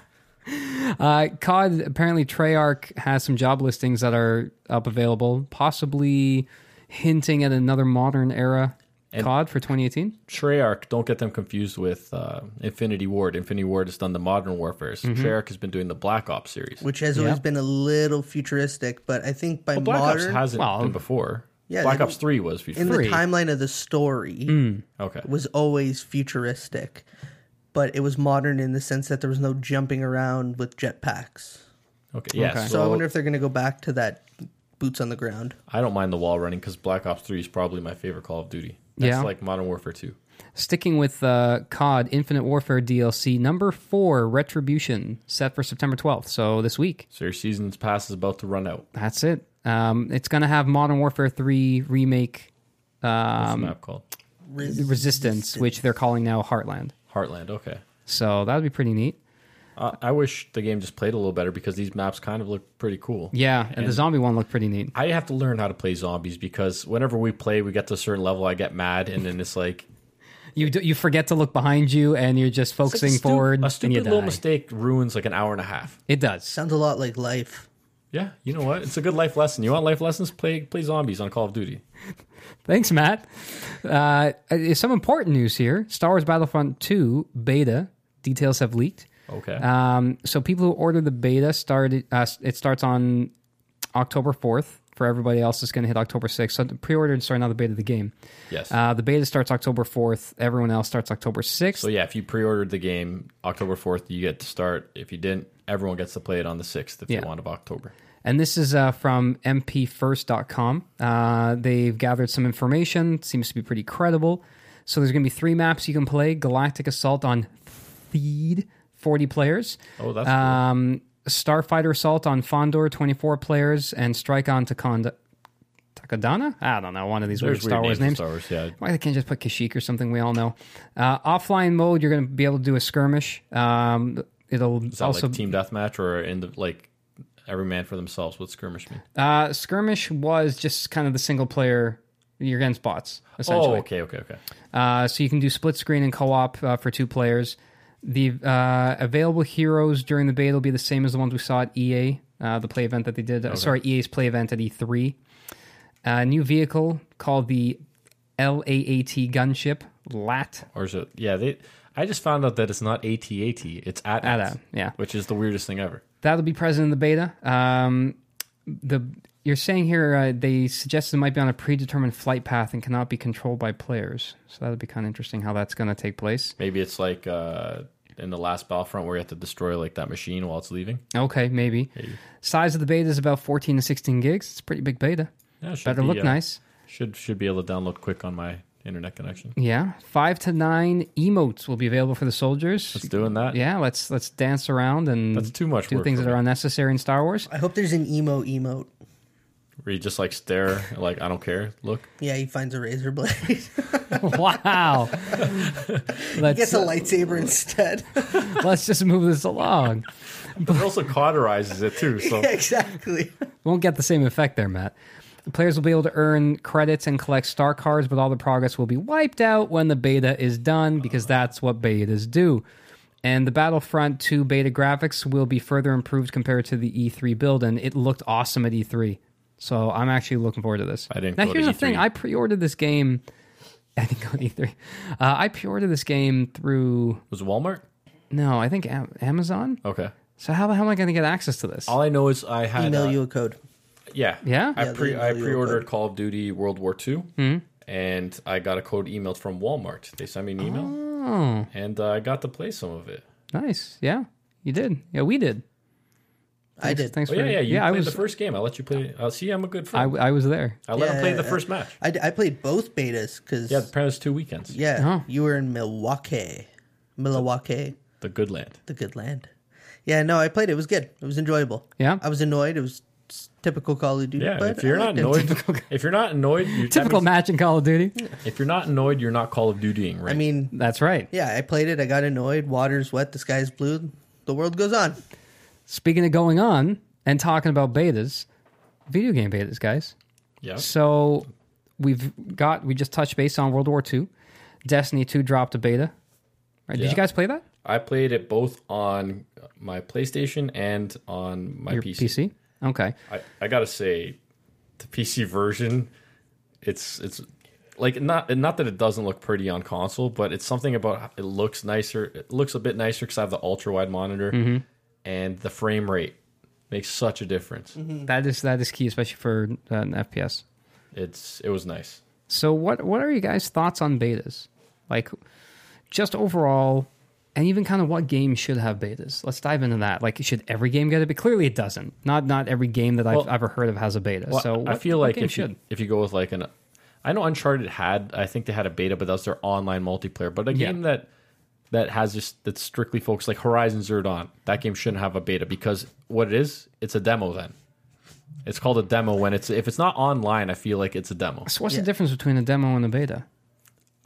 Speaker 2: Uh, COD apparently Treyarch has some job listings that are up available, possibly hinting at another modern era COD for 2018.
Speaker 3: Treyarch, don't get them confused with uh, Infinity Ward. Infinity Ward has done the Modern Warfare. So
Speaker 2: Mm-hmm.
Speaker 3: Treyarch has been doing the Black Ops series.
Speaker 4: Which has always been a little futuristic, but I think by
Speaker 3: Well, Black
Speaker 4: modern,
Speaker 3: Ops hasn't
Speaker 2: Well,
Speaker 3: been before.
Speaker 4: yeah,
Speaker 3: Black
Speaker 4: they-
Speaker 3: Ops 3 was before.
Speaker 4: in
Speaker 2: Three.
Speaker 4: the timeline of the story,
Speaker 3: Hmm. okay.
Speaker 4: was always futuristic, but it was modern in the sense that there was no jumping around with jetpacks.
Speaker 3: Okay. Yeah.
Speaker 2: Okay.
Speaker 4: So, I
Speaker 3: So,
Speaker 4: wonder if they're going to go back to that boots on the ground.
Speaker 3: I don't mind the wall running because Black Ops 3 is probably my favorite Call of Duty. That's
Speaker 2: Yeah.
Speaker 3: like Modern Warfare 2.
Speaker 2: Sticking with uh, COD Infinite Warfare DLC number four, Retribution, set for September 12th. So this week.
Speaker 3: So your season's pass is about to run out.
Speaker 2: That's it. Um, it's going to have Modern Warfare 3 remake
Speaker 3: What's
Speaker 2: Um,
Speaker 3: the map called?
Speaker 4: Riz-
Speaker 2: Resistance, which they're calling now Heartland.
Speaker 3: Heartland. Okay.
Speaker 2: So that would be pretty neat.
Speaker 3: I I wish the game just played a little better because these maps kind of look pretty cool.
Speaker 2: Yeah, and the zombie one looked pretty neat.
Speaker 3: I have to learn how to play zombies because whenever we play, we get to a certain level, I get mad, and then it's like
Speaker 2: You do, you forget to look behind you, and you're just
Speaker 3: It's
Speaker 2: focusing
Speaker 3: like a stu-
Speaker 2: forward, and
Speaker 3: A
Speaker 2: you
Speaker 3: stupid
Speaker 2: die.
Speaker 3: little mistake ruins like an hour and a half.
Speaker 2: It does.
Speaker 4: Sounds a lot like life.
Speaker 3: Yeah, you know what? It's a good life lesson. You want life lessons? Play play zombies on Call of Duty.
Speaker 2: Thanks, Matt. Uh, uh, some important news here: Star Wars Battlefront 2 beta details have leaked.
Speaker 3: Okay.
Speaker 2: Um, so people who ordered the beta started. Uh, it starts on October 4th. For everybody else, it's going to hit October 6th. So the pre-ordered, sorry, not the beta of the game.
Speaker 3: yes.
Speaker 2: Uh, the beta starts October 4th. Everyone else starts October 6th.
Speaker 3: so yeah, if you pre-ordered the game October fourth, you get to start. If you didn't, everyone gets to play it on the sixth if
Speaker 2: Yeah.
Speaker 3: they want of October.
Speaker 2: And this is uh, from mpfirst.com. Uh, they've gathered some information, seems to be pretty credible. So there's going to be three maps you can play Galactic Assault on Theed, 40 players.
Speaker 3: Oh, that's
Speaker 2: Um, Starfighter Assault on Fondor, 24 players. And Strike on Takonda. Takadana? I don't know. One of these
Speaker 3: cool.
Speaker 2: weird Star Wars names.
Speaker 3: for Star Wars, yeah.
Speaker 2: Why they can't just put Kashyyyk or something we all know. Uh, offline mode, you're going to be able to do a skirmish. Um, it'll
Speaker 3: Is that
Speaker 2: also
Speaker 3: like team deathmatch or in the like every man for themselves? What skirmish mean?
Speaker 2: Uh, skirmish was just kind of the single player. You're against bots
Speaker 3: Oh,
Speaker 2: essentially.
Speaker 3: okay, okay, okay.
Speaker 2: Uh, so you can do split screen and co-op uh, for two players. The uh, available heroes during the beta will be the same as the ones we saw at EA, uh, the play event that they did. uh Sorry, EA's play event at E3. A new vehicle called the LAAT gunship LAT.
Speaker 3: Or is it? Yeah, they. I just found out that it's not ATAT. It's at
Speaker 2: Ada, Uh, yeah.
Speaker 3: which is the weirdest thing ever.
Speaker 2: That'll be present in the beta. Um, the you're saying here uh, they suggested it might be on a predetermined flight path and cannot be controlled by players. So that'll be kind of interesting how that's going to take place.
Speaker 3: Maybe it's like uh, in the last Battlefront where you have to destroy like that machine while it's leaving.
Speaker 2: Okay, maybe. Size of the beta is about 14 to 16 gigs. It's a pretty big beta.
Speaker 3: Yeah, it should
Speaker 2: Better
Speaker 3: be,
Speaker 2: look
Speaker 3: uh,
Speaker 2: nice.
Speaker 3: Should should be able to download quick on my internet connection.
Speaker 2: Yeah, five to nine emotes will be available for the soldiers.
Speaker 3: It's doing that.
Speaker 2: yeah, let's let's dance around and
Speaker 3: That's too much
Speaker 2: do
Speaker 3: work
Speaker 2: things
Speaker 3: for
Speaker 2: that are
Speaker 3: me.
Speaker 2: unnecessary in Star Wars.
Speaker 4: I hope there's an emo emote.
Speaker 3: Where you just like stare, like I don't care. Look,
Speaker 4: Yeah, he finds a razor blade.
Speaker 2: wow, let's
Speaker 4: Gets a lightsaber instead.
Speaker 2: let's just move this along.
Speaker 3: it also cauterizes it too. So
Speaker 4: exactly.
Speaker 2: won't get the same effect there, Matt. The players will be able to earn credits and collect star cards, but all the progress will be wiped out when the beta is done because that's what betas do. And the Battlefront 2 beta graphics will be further improved compared to the E3 build, and it looked awesome at E3. So I'm actually looking forward to this.
Speaker 3: I didn't
Speaker 2: Now
Speaker 3: go to E
Speaker 2: here's the
Speaker 3: E3.
Speaker 2: thing: I pre-ordered this game. I didn't go to E3. Uh, I pre-ordered this game through
Speaker 3: was it Walmart
Speaker 2: no, I think Am- Amazon.
Speaker 3: okay?
Speaker 2: So how the hell am I going to get access to this?
Speaker 3: All I know is I had
Speaker 4: Email
Speaker 3: uh,
Speaker 4: you a code.
Speaker 3: Yeah,
Speaker 2: Yeah? Hmm.
Speaker 3: I
Speaker 2: Yeah,
Speaker 3: pre
Speaker 4: they
Speaker 3: I
Speaker 4: email you a
Speaker 3: pre-ordered
Speaker 4: code.
Speaker 3: Call of Duty World War II, and I got a code emailed from Walmart. They sent me an email,
Speaker 2: Oh,
Speaker 3: and uh, I got to play some of it.
Speaker 2: nice. Yeah, you did. Yeah, we did.
Speaker 4: I did.
Speaker 2: Thanks
Speaker 3: Oh
Speaker 2: for
Speaker 3: yeah, yeah. You
Speaker 2: I
Speaker 3: played
Speaker 2: was
Speaker 3: the first game. I let you play. Uh, see, I'm a good
Speaker 2: I,
Speaker 3: friend.
Speaker 2: I was there.
Speaker 3: I, let him play
Speaker 4: Yeah,
Speaker 3: the
Speaker 4: yeah,
Speaker 3: first match.
Speaker 4: I, I played both betas because
Speaker 3: Yeah,
Speaker 4: yeah,
Speaker 3: apparently it's two weekends.
Speaker 2: Oh.
Speaker 4: you were in Milwaukee, Milwaukee,
Speaker 3: The good land.
Speaker 4: the good land. Yeah, no, I played. It It was good. It was enjoyable.
Speaker 2: Yeah.
Speaker 4: I was annoyed. It was typical Call of Duty.
Speaker 3: Yeah,
Speaker 4: but
Speaker 3: if you're
Speaker 4: I
Speaker 3: not
Speaker 4: liked it.
Speaker 3: annoyed, if you're not annoyed, you
Speaker 2: Typical match in Call of Duty.
Speaker 3: If you're not annoyed, you're not Call of Dutying, right?
Speaker 4: I mean,
Speaker 2: That's right.
Speaker 4: yeah, I played it. I got annoyed. Water's wet. The sky's blue. the world goes on.
Speaker 2: Speaking of going on and talking about betas, video game betas, guys.
Speaker 3: Yeah.
Speaker 2: So we've got we just touched base on World War II. Destiny 2 dropped a beta. Right? Did
Speaker 3: Yeah.
Speaker 2: you guys play that?
Speaker 3: I played it both on my PlayStation and on my
Speaker 2: Your
Speaker 3: PC.
Speaker 2: PC? Okay.
Speaker 3: I, I gotta say, the PC version, it's it's like not not that it doesn't look pretty on console, but it's something about how it looks nicer. It looks a bit nicer because I have the ultra wide monitor, and the frame rate makes such a difference.
Speaker 2: That is that is key especially for uh, an FPS.
Speaker 3: It's it was nice.
Speaker 2: So what what are you guys thoughts on betas? Like just overall and even kind of what games should have betas. Let's dive into that. Like should every game get it? But clearly it doesn't. Not not every game that I've
Speaker 3: Well-
Speaker 2: ever heard of has a beta.
Speaker 3: Well,
Speaker 2: so
Speaker 3: I
Speaker 2: what-
Speaker 3: feel
Speaker 2: what
Speaker 3: like
Speaker 2: game
Speaker 3: if
Speaker 2: should.
Speaker 3: you, if you go with like an, I know Uncharted had I think they had a beta, but that was their online multiplayer. But a
Speaker 2: Yeah.
Speaker 3: game that that has just that's strictly focused like Horizon Zero Dawn. That game shouldn't have a beta because what it is, it's a demo. Then it's called a demo when it's if it's not online. I feel like it's a demo.
Speaker 2: So what's
Speaker 4: Yeah.
Speaker 2: the difference between a demo and a beta?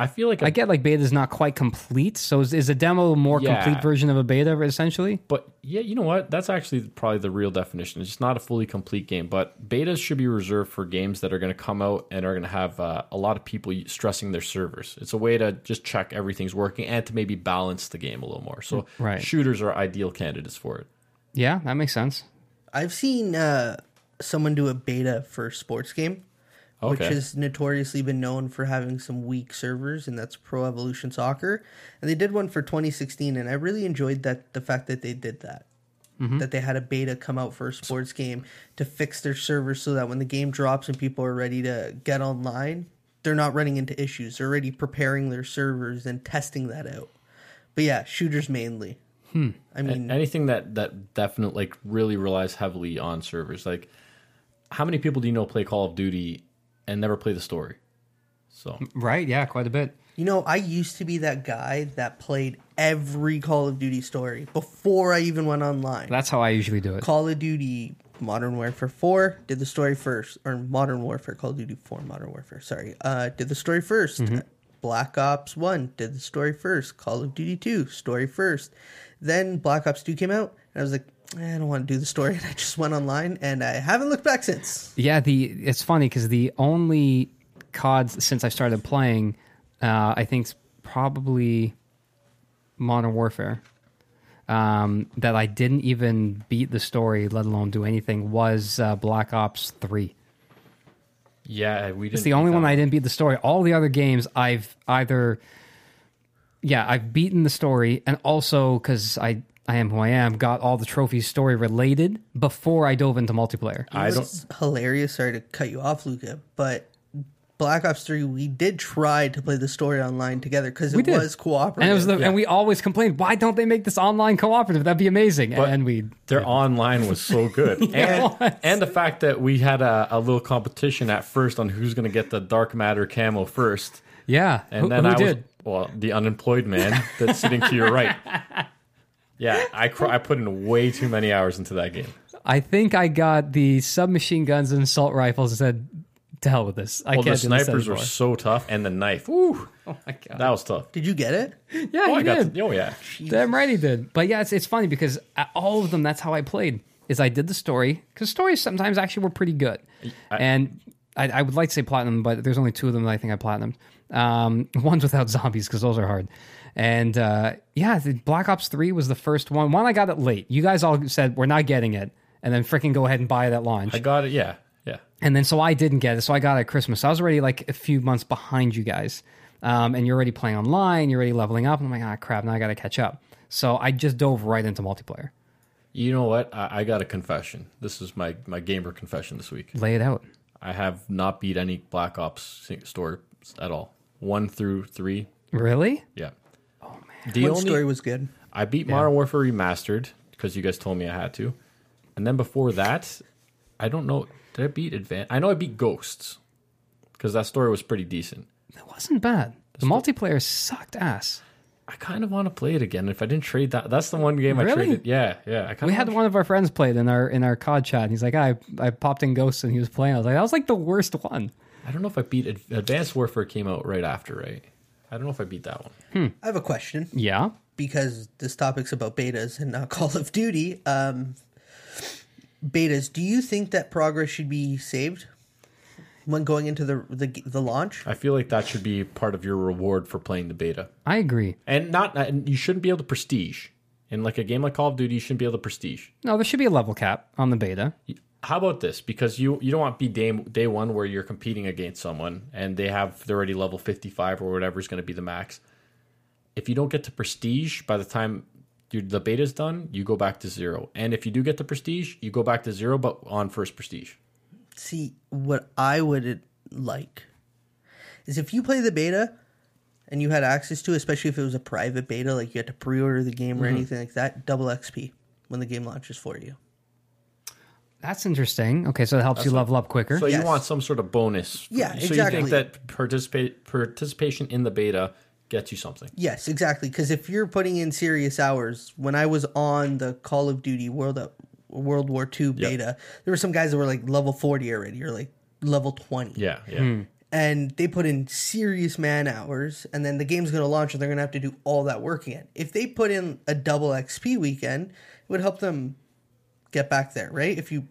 Speaker 3: I feel like a
Speaker 2: I get like beta is not quite complete. So is, is a demo a more
Speaker 3: Yeah.
Speaker 2: complete version of a beta essentially?
Speaker 3: But yeah, you know what? That's actually probably the real definition. It's just not a fully complete game. But betas should be reserved for games that are going to come out and are going to have uh, a lot of people stressing their servers. It's a way to just check everything's working and to maybe balance the game a little more. So
Speaker 2: Right.
Speaker 3: shooters are ideal candidates for it.
Speaker 2: Yeah, that makes sense.
Speaker 4: I've seen uh, someone do a beta for a sports game, which
Speaker 3: Okay.
Speaker 4: has notoriously been known for having some weak servers, and that's Pro Evolution Soccer. And they did one for 2016, and I really enjoyed that the fact that they did that. That they had a beta come out for a sports game to fix their servers so that when the game drops and people are ready to get online, they're not running into issues. They're already preparing their servers and testing that out. But yeah, shooters mainly. I mean,
Speaker 2: Mm.
Speaker 3: Anything that that definitely like really relies heavily on servers. Like, how many people do you know play Call of Duty and never play the story? So
Speaker 2: Right? Yeah, quite a bit.
Speaker 4: You know, I used to be that guy that played every Call of Duty story before I even went online.
Speaker 2: That's how I usually do it.
Speaker 4: Call of Duty Modern Warfare 4 did the story first, or Modern Warfare, Call of Duty 4, Modern Warfare, sorry, uh, did the story 1st Black Ops 1 did the story first. Call of Duty 2, story first. Then Black Ops 2 came out, and I was like, "Eh, I don't want to do the story. And I just went online, and I haven't looked back since.
Speaker 2: Yeah, the it's funny because the only CODs since I started playing, uh, I think, it's probably Modern Warfare. Um, that I didn't even beat the story, let alone do anything, was uh, Black Ops Three.
Speaker 3: yeah, we. Didn't
Speaker 2: It's the only one
Speaker 3: I.
Speaker 2: I didn't beat the story. All the other games I've either yeah, I've beaten the story and also cuz I I am who I am, got all the trophies story related before I dove into multiplayer.
Speaker 3: I don't.
Speaker 4: It's hilarious. Sorry to cut you off, Luca, but Black Ops Three, we did try to play the story online together because it
Speaker 2: did.
Speaker 4: was cooperative.
Speaker 2: and it was the, and we always complained, why don't they make this online cooperative? That'd be amazing. and we
Speaker 3: Their online was so good, and and the fact that we had a, a little competition at first on who's going to get the dark matter camo first,
Speaker 2: yeah,
Speaker 3: and
Speaker 2: who,
Speaker 3: then
Speaker 2: who
Speaker 3: I
Speaker 2: did?
Speaker 3: was well the unemployed man that's sitting to your right. Yeah, I cr- I put in way too many hours into that game.
Speaker 2: I think I got the submachine guns and assault rifles and said to hell with this. I
Speaker 3: Well,
Speaker 2: can't
Speaker 3: the
Speaker 2: do this
Speaker 3: snipers were
Speaker 2: anymore."
Speaker 3: so tough, and the knife, ooh,
Speaker 2: Oh my god.
Speaker 3: that was tough.
Speaker 4: Did you get it?
Speaker 2: Yeah, he
Speaker 3: Oh, I got
Speaker 2: did.
Speaker 3: to- oh yeah,
Speaker 2: Damn right he did. But yeah, it's, it's funny because at all of them, that's how I played. Is I did the story because stories sometimes actually were pretty good, and I, I would like to say platinum, but there's only two of them that I think I platinumed. Um, ones without zombies because those are hard. And uh, yeah, the Black Ops Three was the first one. One I got it late. You guys all said we're not getting it, and then freaking go ahead and buy it at launch.
Speaker 3: I got it. Yeah, yeah.
Speaker 2: And then so I didn't get it. So I got it at Christmas. I was already like a few months behind you guys. Um, and you're already playing online, you're already leveling up. And I'm like, ah, crap, now I got to catch up. So I just dove right into multiplayer.
Speaker 3: You know what? I, I got a confession. This is my my gamer confession this week.
Speaker 2: Lay it out.
Speaker 3: I have not beat any Black Ops si- store at all. One through three.
Speaker 2: Really?
Speaker 3: Yeah. Oh man. The
Speaker 4: One
Speaker 3: only
Speaker 4: story was good.
Speaker 3: I beat Modern Warfare Remastered because you guys told me I had to, and then before that, I don't know. Did I beat Advan? I know I beat Ghosts because that story was pretty decent.
Speaker 2: It wasn't bad. The multiplayer sucked ass.
Speaker 3: I kind of want to play it again. If I didn't trade that, that's the one game I
Speaker 2: Really?
Speaker 3: traded. Yeah, yeah. I kind
Speaker 2: We
Speaker 3: of
Speaker 2: had one of our friends play it in our in our COD chat, and he's like, I I popped in Ghosts and he was playing. I was like, that was like the worst one.
Speaker 3: I don't know if I beat Ad- Advanced Warfare came out right after, right? I don't know if I beat that one.
Speaker 4: I have a question.
Speaker 2: Yeah.
Speaker 4: because this topic's about betas and not Call of Duty. Um, betas, do you think that progress should be saved when going into the the, the launch?
Speaker 3: I feel like that should be part of your reward for playing the beta,
Speaker 2: I agree.
Speaker 3: and not uh, and you shouldn't be able to prestige in like a game like Call of Duty. You shouldn't be able to prestige.
Speaker 2: No, there should be a level cap on the beta.
Speaker 3: How about this? Because you you don't want to be day day one where you're competing against someone and they have they're already level fifty five or whatever is going to be the max. If you don't get to prestige by the time your, the beta's done, you go back to zero. And if you do get to prestige, you go back to zero, but on first prestige.
Speaker 4: See, what I would like is if you play the beta and you had access to, it, especially if it was a private beta, like you had to pre-order the game or anything like that, double XP when the game launches for you.
Speaker 2: That's interesting. Okay, so it helps you level up quicker.
Speaker 3: So
Speaker 4: Yes.
Speaker 3: you want some sort of bonus.
Speaker 4: Yeah,
Speaker 3: So you
Speaker 4: exactly.
Speaker 3: think that participate participation in the beta gets you something.
Speaker 4: Yes, exactly. Because if you're putting in serious hours, when I was on the Call of Duty World World War II beta, there were some guys that were like level forty already, or like level twenty,
Speaker 3: Yeah, yeah.
Speaker 4: and they put in serious man hours. And then the game's going to launch, and they're going to have to do all that work again. If they put in a double XP weekend, it would help them get back there, right? If you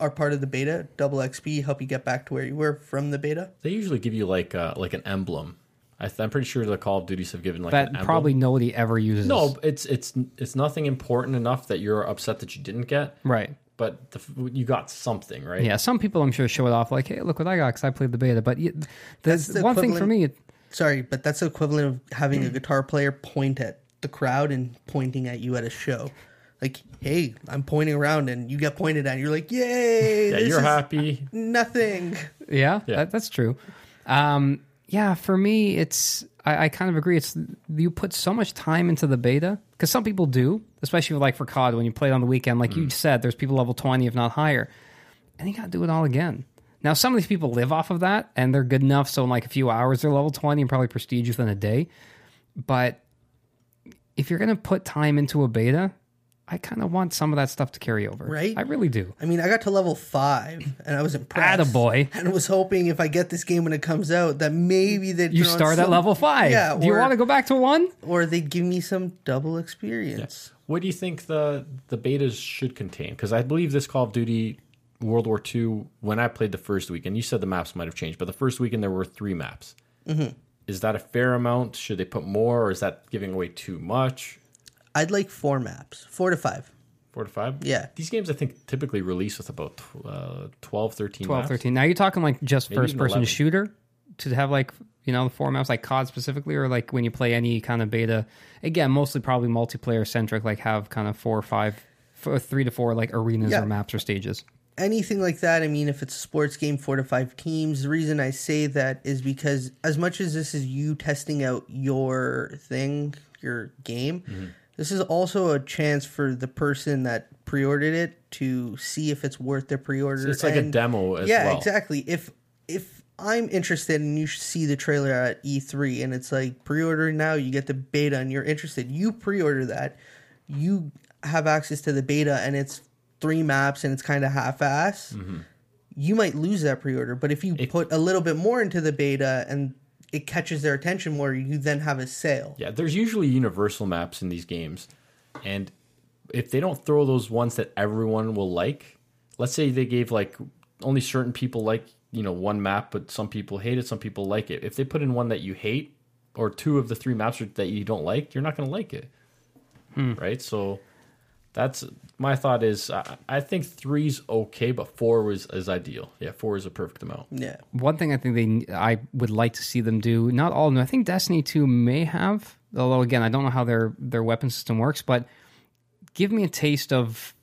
Speaker 4: are part of the beta, double XP help you get back to where you were from the beta.
Speaker 3: They usually give you like uh, like an emblem. I th- I'm pretty sure the Call of Duties have given like an
Speaker 2: That
Speaker 3: emblem.
Speaker 2: probably nobody ever uses.
Speaker 3: no. It's it's it's nothing important enough that you're upset that you didn't get.
Speaker 2: Right.
Speaker 3: But the, f- you got something, right?
Speaker 2: Yeah, some people I'm sure show it off like, hey, look what I got because I played the beta. But y- the,
Speaker 4: the
Speaker 2: one thing for
Speaker 4: equivalent-
Speaker 2: me, it,
Speaker 4: Sorry, but that's the equivalent of having a guitar player point at the crowd and pointing at you at a show. Like, hey, I'm pointing around and you get pointed at. You're like, yay,
Speaker 3: Yeah,
Speaker 4: this
Speaker 3: you're
Speaker 4: is
Speaker 3: happy.
Speaker 4: nothing.
Speaker 2: yeah,
Speaker 3: Yeah.
Speaker 2: That, that's true. Um, yeah, for me, it's I, I kind of agree. It's you put so much time into the beta because some people do, especially like for COD when you play it on the weekend. Like
Speaker 4: Mm.
Speaker 2: you said, there's people level twenty if not higher, and you got to do it all again. Now, some of these people live off of that and they're good enough. So in like a few hours, they're level twenty and probably prestige within a day. But if you're gonna put time into a beta, I kind of want some of that stuff to carry over.
Speaker 4: Right?
Speaker 2: I really do.
Speaker 4: I mean, I got to level five and I was impressed.
Speaker 2: Attaboy.
Speaker 4: And I was hoping if I get this game when it comes out that maybe they'd
Speaker 2: You
Speaker 4: throw in
Speaker 2: start at
Speaker 4: some-
Speaker 2: level five.
Speaker 4: Yeah,
Speaker 2: Do you
Speaker 4: or-
Speaker 2: want to go back to one?
Speaker 4: or they'd give me some double experience.
Speaker 3: What do you think the the betas should contain? Because I believe this Call of Duty World War II, when I played the first weekend, you said the maps might have changed, but the first weekend there were three maps.
Speaker 4: Mm-hmm.
Speaker 3: Is that a fair amount? Should they put more, or is that giving away too much?
Speaker 4: I'd like four maps, four to five.
Speaker 3: Four to five?
Speaker 4: Yeah.
Speaker 3: These games, I think, typically release with about tw- uh, 12, 13
Speaker 2: 12
Speaker 3: maps.
Speaker 2: 13 now you're talking like just
Speaker 3: Maybe
Speaker 2: first
Speaker 3: even
Speaker 2: person
Speaker 3: 11.
Speaker 2: shooter to have like you know the four maps like cod specifically or like when you play any kind of beta again mostly probably multiplayer centric like have kind of four or five four, three to four like arenas
Speaker 4: Yeah.
Speaker 2: or maps or stages
Speaker 4: anything like that, I mean, if it's a sports game, four to five teams, the reason I say that is because as much as this is you testing out your thing, your game,
Speaker 3: Mm-hmm.
Speaker 4: this is also a chance for the person that pre ordered it to see if it's worth their pre order.
Speaker 3: It's like a demo as
Speaker 4: yeah,
Speaker 3: well.
Speaker 4: exactly. If if I'm interested and you should see the trailer at E3 and it's like pre-order now, you get the beta and you're interested, you pre-order that, you have access to the beta and it's three maps and it's kind of half-ass.
Speaker 3: Mm-hmm.
Speaker 4: You might lose that pre-order, but if you put a little bit more into the beta and it catches their attention more, you then have a sale.
Speaker 3: Yeah, there's usually universal maps in these games, and if they don't throw those ones that everyone will like, let's say they gave like only certain people like you know one map, but some people hate it, some people like it. If they put in one that you hate, or two of the three maps that you don't like, you're not going to like it,
Speaker 2: Hmm.
Speaker 3: right? So that's my thought is I, I think three's okay, but four was is ideal. Yeah, four is a perfect amount.
Speaker 2: Mm-hmm.
Speaker 4: Yeah.
Speaker 2: one thing i think they i would like to see them do not all of them i think destiny 2 may have although again i don't know how their their weapon system works but give me a taste of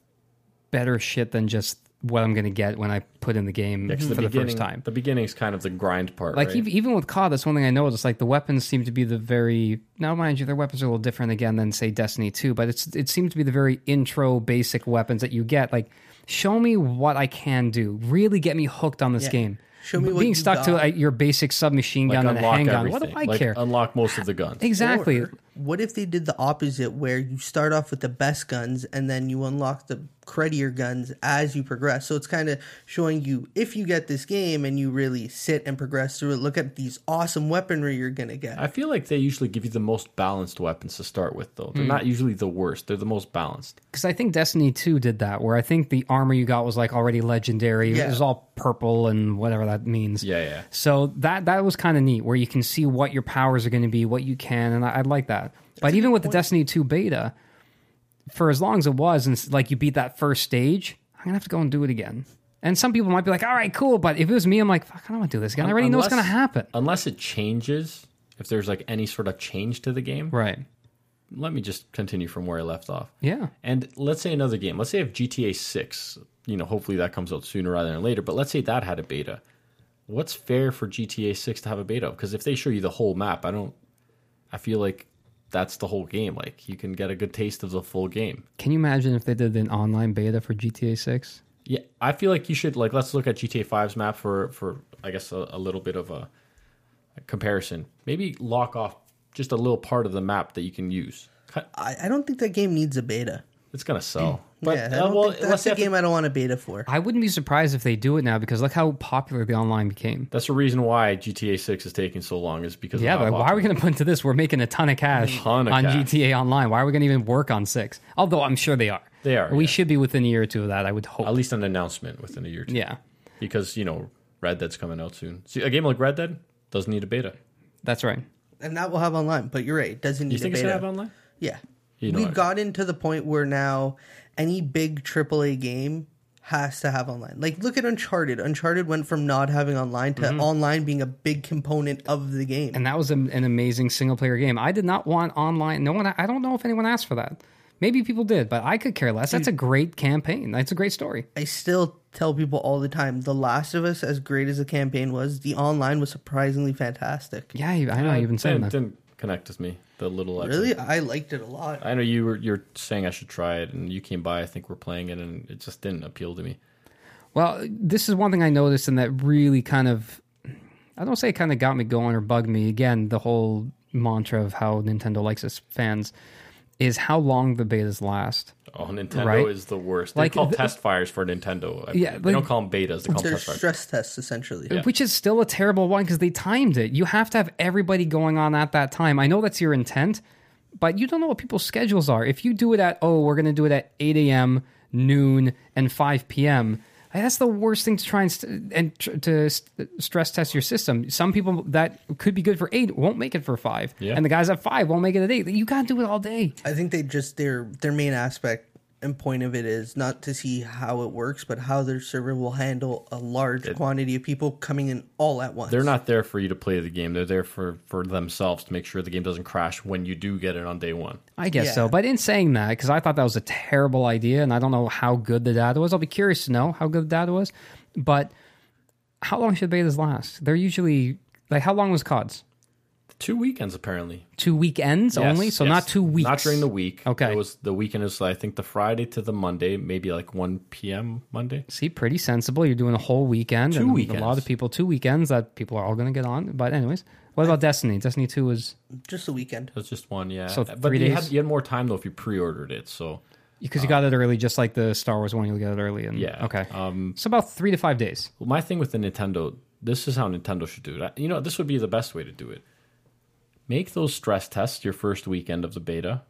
Speaker 2: better shit than just what i'm going to get when i put in the game
Speaker 3: 'Cause
Speaker 2: for the
Speaker 3: beginning,
Speaker 2: first time
Speaker 3: the beginning's kind of the grind part.
Speaker 2: Like
Speaker 3: right?
Speaker 2: even even with COD, that's one thing I noticed. Like the weapons seem to be the very now, mind you, their weapons are a little different again than say Destiny Two, but it's it seems to be the very intro basic weapons that you get. Like, show me what I can do. Really get me hooked on this game.
Speaker 4: Show me what
Speaker 2: being
Speaker 4: you
Speaker 2: stuck to
Speaker 4: got.
Speaker 2: uh, your basic submachine gun and a handgun. What do
Speaker 3: everything.
Speaker 2: I
Speaker 3: Like,
Speaker 2: care?
Speaker 3: Unlock most of the guns.
Speaker 2: Exactly.
Speaker 4: Or- what if they did the opposite where you start off with the best guns and then you unlock the cruddier guns as you progress? So it's kind of showing you if you get this game and you really sit and progress through it, look at these awesome weaponry you're going to get.
Speaker 3: I feel like they usually give you the most balanced weapons to start with, though.
Speaker 2: Hmm.
Speaker 3: They're not usually the worst. They're the most balanced.
Speaker 2: Because I think Destiny 2 did that, where I think the armor you got was like already legendary. It
Speaker 4: Yeah.
Speaker 2: was all purple and whatever that means.
Speaker 3: Yeah, yeah.
Speaker 2: So that that was kind of neat, where you can see what your powers are going to be, what you can, and I, I like that. but even with the Destiny 2 beta, for as long as it was, and s- like you beat that first stage, I'm gonna have to go and do it again. And some people might be like, "All right, cool," but if it was me, I'm like, "Fuck, I don't want to do this again. I already know what's gonna
Speaker 3: Unless-
Speaker 2: happen."
Speaker 3: Unless it changes, if there's like any sort of change to the game,
Speaker 2: Right?
Speaker 3: let me just continue from where I left off.
Speaker 2: Yeah.
Speaker 3: And let's say another game. Let's say if GTA 6, you know, hopefully that comes out sooner rather than later, but let's say that had a beta. What's fair for GTA 6 to have a beta? Because if they show you the whole map, I don't, I feel like that's the whole game. Like you can get a good taste of the full game.
Speaker 2: Can you imagine if they did an online beta for GTA 6?
Speaker 3: Yeah, I feel like you should like let's look at GTA 5's map for for I guess a, a little bit of a, a comparison. Maybe lock off just a little part of the map that you can use. Cut-
Speaker 4: I, I don't think that game needs a beta.
Speaker 3: It's gonna sell, but
Speaker 4: Mm, yeah, I
Speaker 3: uh,
Speaker 4: don't
Speaker 3: well,
Speaker 4: think
Speaker 3: let's
Speaker 4: that's
Speaker 3: say
Speaker 4: a
Speaker 3: if-
Speaker 4: game I don't want a beta for.
Speaker 2: I wouldn't be surprised if they do it now because look how popular the online became.
Speaker 3: that's the reason why GTA 6 is taking so long is because
Speaker 2: Yeah,
Speaker 3: of how
Speaker 2: but why are we going to put into this? We're making a ton of cash
Speaker 3: Ton of
Speaker 2: on
Speaker 3: cash.
Speaker 2: GTA Online. Why are we going to even work on six? Although I'm sure they are.
Speaker 3: They are,
Speaker 2: We
Speaker 3: yeah.
Speaker 2: should be within a year or two of that. I would hope.
Speaker 3: at least an announcement within a year or two.
Speaker 2: yeah,
Speaker 3: because you know Red Dead's coming out soon. See, a game like Red Dead doesn't need a beta.
Speaker 2: that's right.
Speaker 4: And that will have online, but you're right. It doesn't need
Speaker 3: You think
Speaker 4: a
Speaker 3: it's
Speaker 4: beta.
Speaker 3: gonna have online?
Speaker 4: Yeah.
Speaker 3: You know
Speaker 4: We've
Speaker 3: it.
Speaker 4: gotten to the point where now any big AAA game has to have online. Like, look at Uncharted. Uncharted went from not having online to
Speaker 3: Mm-hmm.
Speaker 4: online being a big component of the game.
Speaker 2: And that was an, an amazing single player game. I did not want online. No one. I don't know if anyone asked for that. Maybe people did, but I could care less. That's a great campaign. That's a great story.
Speaker 4: I still tell people all the time The Last of Us, as great as the campaign was, the online was surprisingly fantastic.
Speaker 2: Yeah, I I know you've been saying
Speaker 3: Didn't,
Speaker 2: that.
Speaker 3: didn't connect with me. The little extra-
Speaker 4: Really? I liked it a lot.
Speaker 3: I know you were you're saying I should try it, and you came by. I think we're playing it, and it just didn't appeal to me.
Speaker 2: Well, this is one thing I noticed, and that really kind of, I don't say it kind of got me going or bugged me. Again, the whole mantra of how Nintendo likes its fans is how long the betas last.
Speaker 3: Oh, Nintendo
Speaker 2: Right.
Speaker 3: is the worst. They
Speaker 2: Like,
Speaker 3: call
Speaker 2: the-
Speaker 3: test fires for Nintendo.
Speaker 2: Yeah,
Speaker 3: I believe.
Speaker 2: like-
Speaker 3: they don't call them betas. They call them
Speaker 4: They're
Speaker 3: test fires.
Speaker 4: stress tests, essentially.
Speaker 2: Which is still a terrible one because they timed it. You have to have everybody going on at that time. I know that's your intent, but you don't know what people's schedules are. If you do it at, oh, we're going to do it at 8 a.m., noon, and 5 p.m., like, that's the worst thing to try and, st- and tr- to st- stress test your system. Some people that could be good for 8 won't make it for 5.
Speaker 3: Yeah.
Speaker 2: And the guys at 5 won't make it at 8. You got to do it all day.
Speaker 4: I think they just their their main aspect and point of it is not to see how it works, but how their server will handle a large quantity of people coming in all at once.
Speaker 3: They're not there for you to play the game. They're there for for themselves to make sure the game doesn't crash when you do get it on day one.
Speaker 2: I guess
Speaker 4: Yeah.
Speaker 2: so. But in saying that, because I thought that was a terrible idea, and I don't know how good the data was. I'll be curious to know how good the data was. But how long should betas last? They're usually like how long was CODs?
Speaker 3: Two weekends apparently.
Speaker 2: Two weekends
Speaker 3: Yes,
Speaker 2: only, so
Speaker 3: yes.
Speaker 2: not two weeks.
Speaker 3: Not during the week.
Speaker 2: Okay.
Speaker 3: It was the weekend is I think the Friday to the Monday, maybe like one p.m. Monday.
Speaker 2: See, pretty sensible. You're doing a whole weekend.
Speaker 3: Two
Speaker 2: and A
Speaker 3: weekends.
Speaker 2: lot of people, two weekends that people are all going to get on. But anyways, what about Destiny? Destiny Two was
Speaker 4: just a weekend.
Speaker 3: That's just one, yeah.
Speaker 2: So
Speaker 3: but
Speaker 2: three
Speaker 3: you
Speaker 2: days?
Speaker 3: had you had more time though if you pre-ordered it. So
Speaker 2: because you got it early, just like the Star Wars one. You'll get it early, and
Speaker 3: Uh, Yeah.
Speaker 2: okay.
Speaker 3: Um,
Speaker 2: so about three to five days.
Speaker 3: Well, my thing with the Nintendo, this is how Nintendo should do it. I- You know, this would be the best way to do it. Make those stress tests your first weekend of the beta.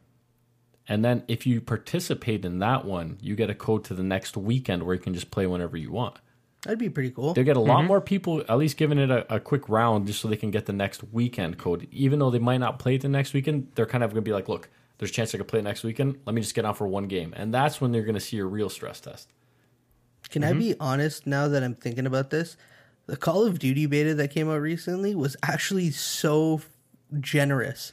Speaker 3: And then if you participate in that one, you get a code to the next weekend where you can just play whenever you want.
Speaker 4: That'd be pretty cool.
Speaker 3: They'll get a
Speaker 4: Mm-hmm.
Speaker 3: lot more people at least giving it a, a quick round just so they can get the next weekend code. Even though they might not play it the next weekend, they're kind of going to be like, look, there's a chance I could play it next weekend. Let me just get on for one game. And that's when they're going to see a real stress test.
Speaker 4: Can
Speaker 2: Mm-hmm.
Speaker 4: I be honest now that I'm thinking about this? The Call of Duty beta that came out recently was actually so generous.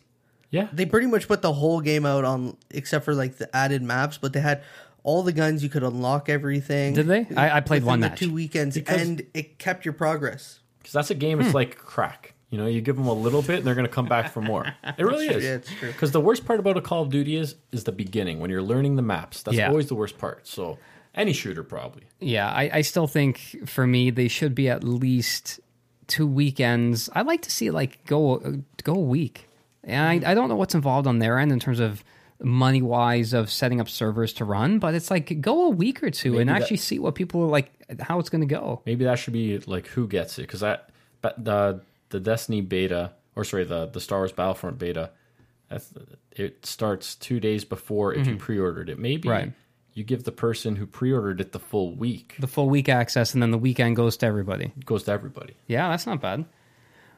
Speaker 3: Yeah.
Speaker 4: They pretty much put the whole game out on except for like the added maps, but they had all the guns you could unlock everything.
Speaker 2: Did they? I, I played
Speaker 4: within
Speaker 2: one
Speaker 4: the
Speaker 2: match.
Speaker 4: two weekends
Speaker 3: Because-
Speaker 4: and it kept your progress.
Speaker 3: Because that's a game. It's
Speaker 4: Hmm.
Speaker 3: like crack. You know, you give them a little bit, and they're going to come back for more. It really is.
Speaker 4: Yeah, it's true.
Speaker 3: Because the worst part about a Call of Duty is is the beginning when you're learning the maps. That's
Speaker 2: Yeah.
Speaker 3: always the worst part. So any shooter probably.
Speaker 2: Yeah, I, I still think for me they should be at least two weekends. I'd like to see it like go go a week. And I, I don't know what's involved on their end in terms of money wise of setting up servers to run, but it's like go a week or two and
Speaker 3: that-
Speaker 2: actually see what people are like, how it's going to go.
Speaker 3: Maybe that should be like who gets it because I, but the the Destiny beta or sorry the the Star Wars Battlefront beta, that's, it starts two days before if you pre-ordered it.
Speaker 2: Mm-hmm.
Speaker 3: Maybe
Speaker 2: Right.
Speaker 3: you give the person who pre-ordered it the full week.
Speaker 2: The full week access, and then the weekend goes to everybody.
Speaker 3: It goes to everybody.
Speaker 2: Yeah, that's not bad.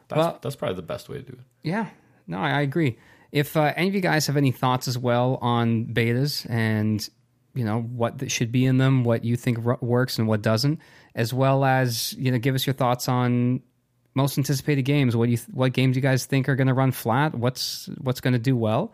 Speaker 3: That's
Speaker 2: Well-
Speaker 3: that's probably the best way to do it.
Speaker 2: Yeah, no, I, I agree. If uh, any of you guys have any thoughts as well on betas and you know what that should be in them, what you think r- works and what doesn't, as well as you know, give us your thoughts on most anticipated games. What do you th- what games you guys think are going to run flat? What's what's going to do well?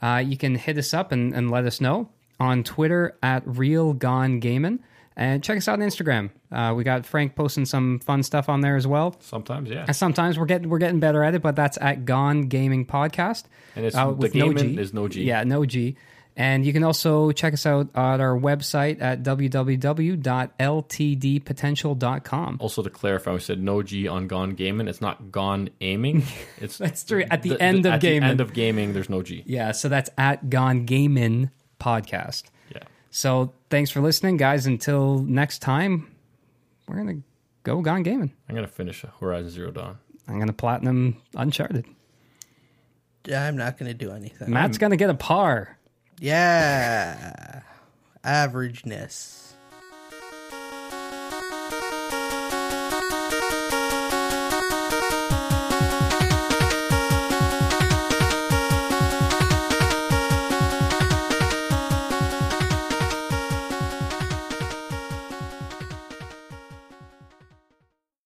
Speaker 2: Uh, you can hit us up and, and let us know on Twitter at Real Gone Gaming. And check us out on Instagram. Uh, we got Frank posting some fun stuff on there as well.
Speaker 3: Sometimes, yeah.
Speaker 2: And sometimes we're getting we're getting better at it, but that's at Gone Gaming Podcast. Uh,
Speaker 3: And it's- the
Speaker 2: with
Speaker 3: gaming is no G.
Speaker 2: Yeah, no G. And you can also check us out at our website at www.ltdpotential.com.
Speaker 3: Also, to clarify, we said no G on Gone Gaming. It's not Gone Aiming. It's
Speaker 2: That's true. At the end of
Speaker 3: at
Speaker 2: gaming.
Speaker 3: the end of gaming, there's no G.
Speaker 2: Yeah, so that's at Gone Gaming Podcast.
Speaker 3: Yeah.
Speaker 2: So thanks for listening, guys. Until next time, we're gonna go Gone Gaming.
Speaker 3: I'm gonna finish Horizon Zero Dawn.
Speaker 2: I'm gonna platinum Uncharted.
Speaker 4: I'm not gonna do anything.
Speaker 2: Matt's gonna get a par.
Speaker 4: Yeah. Averageness.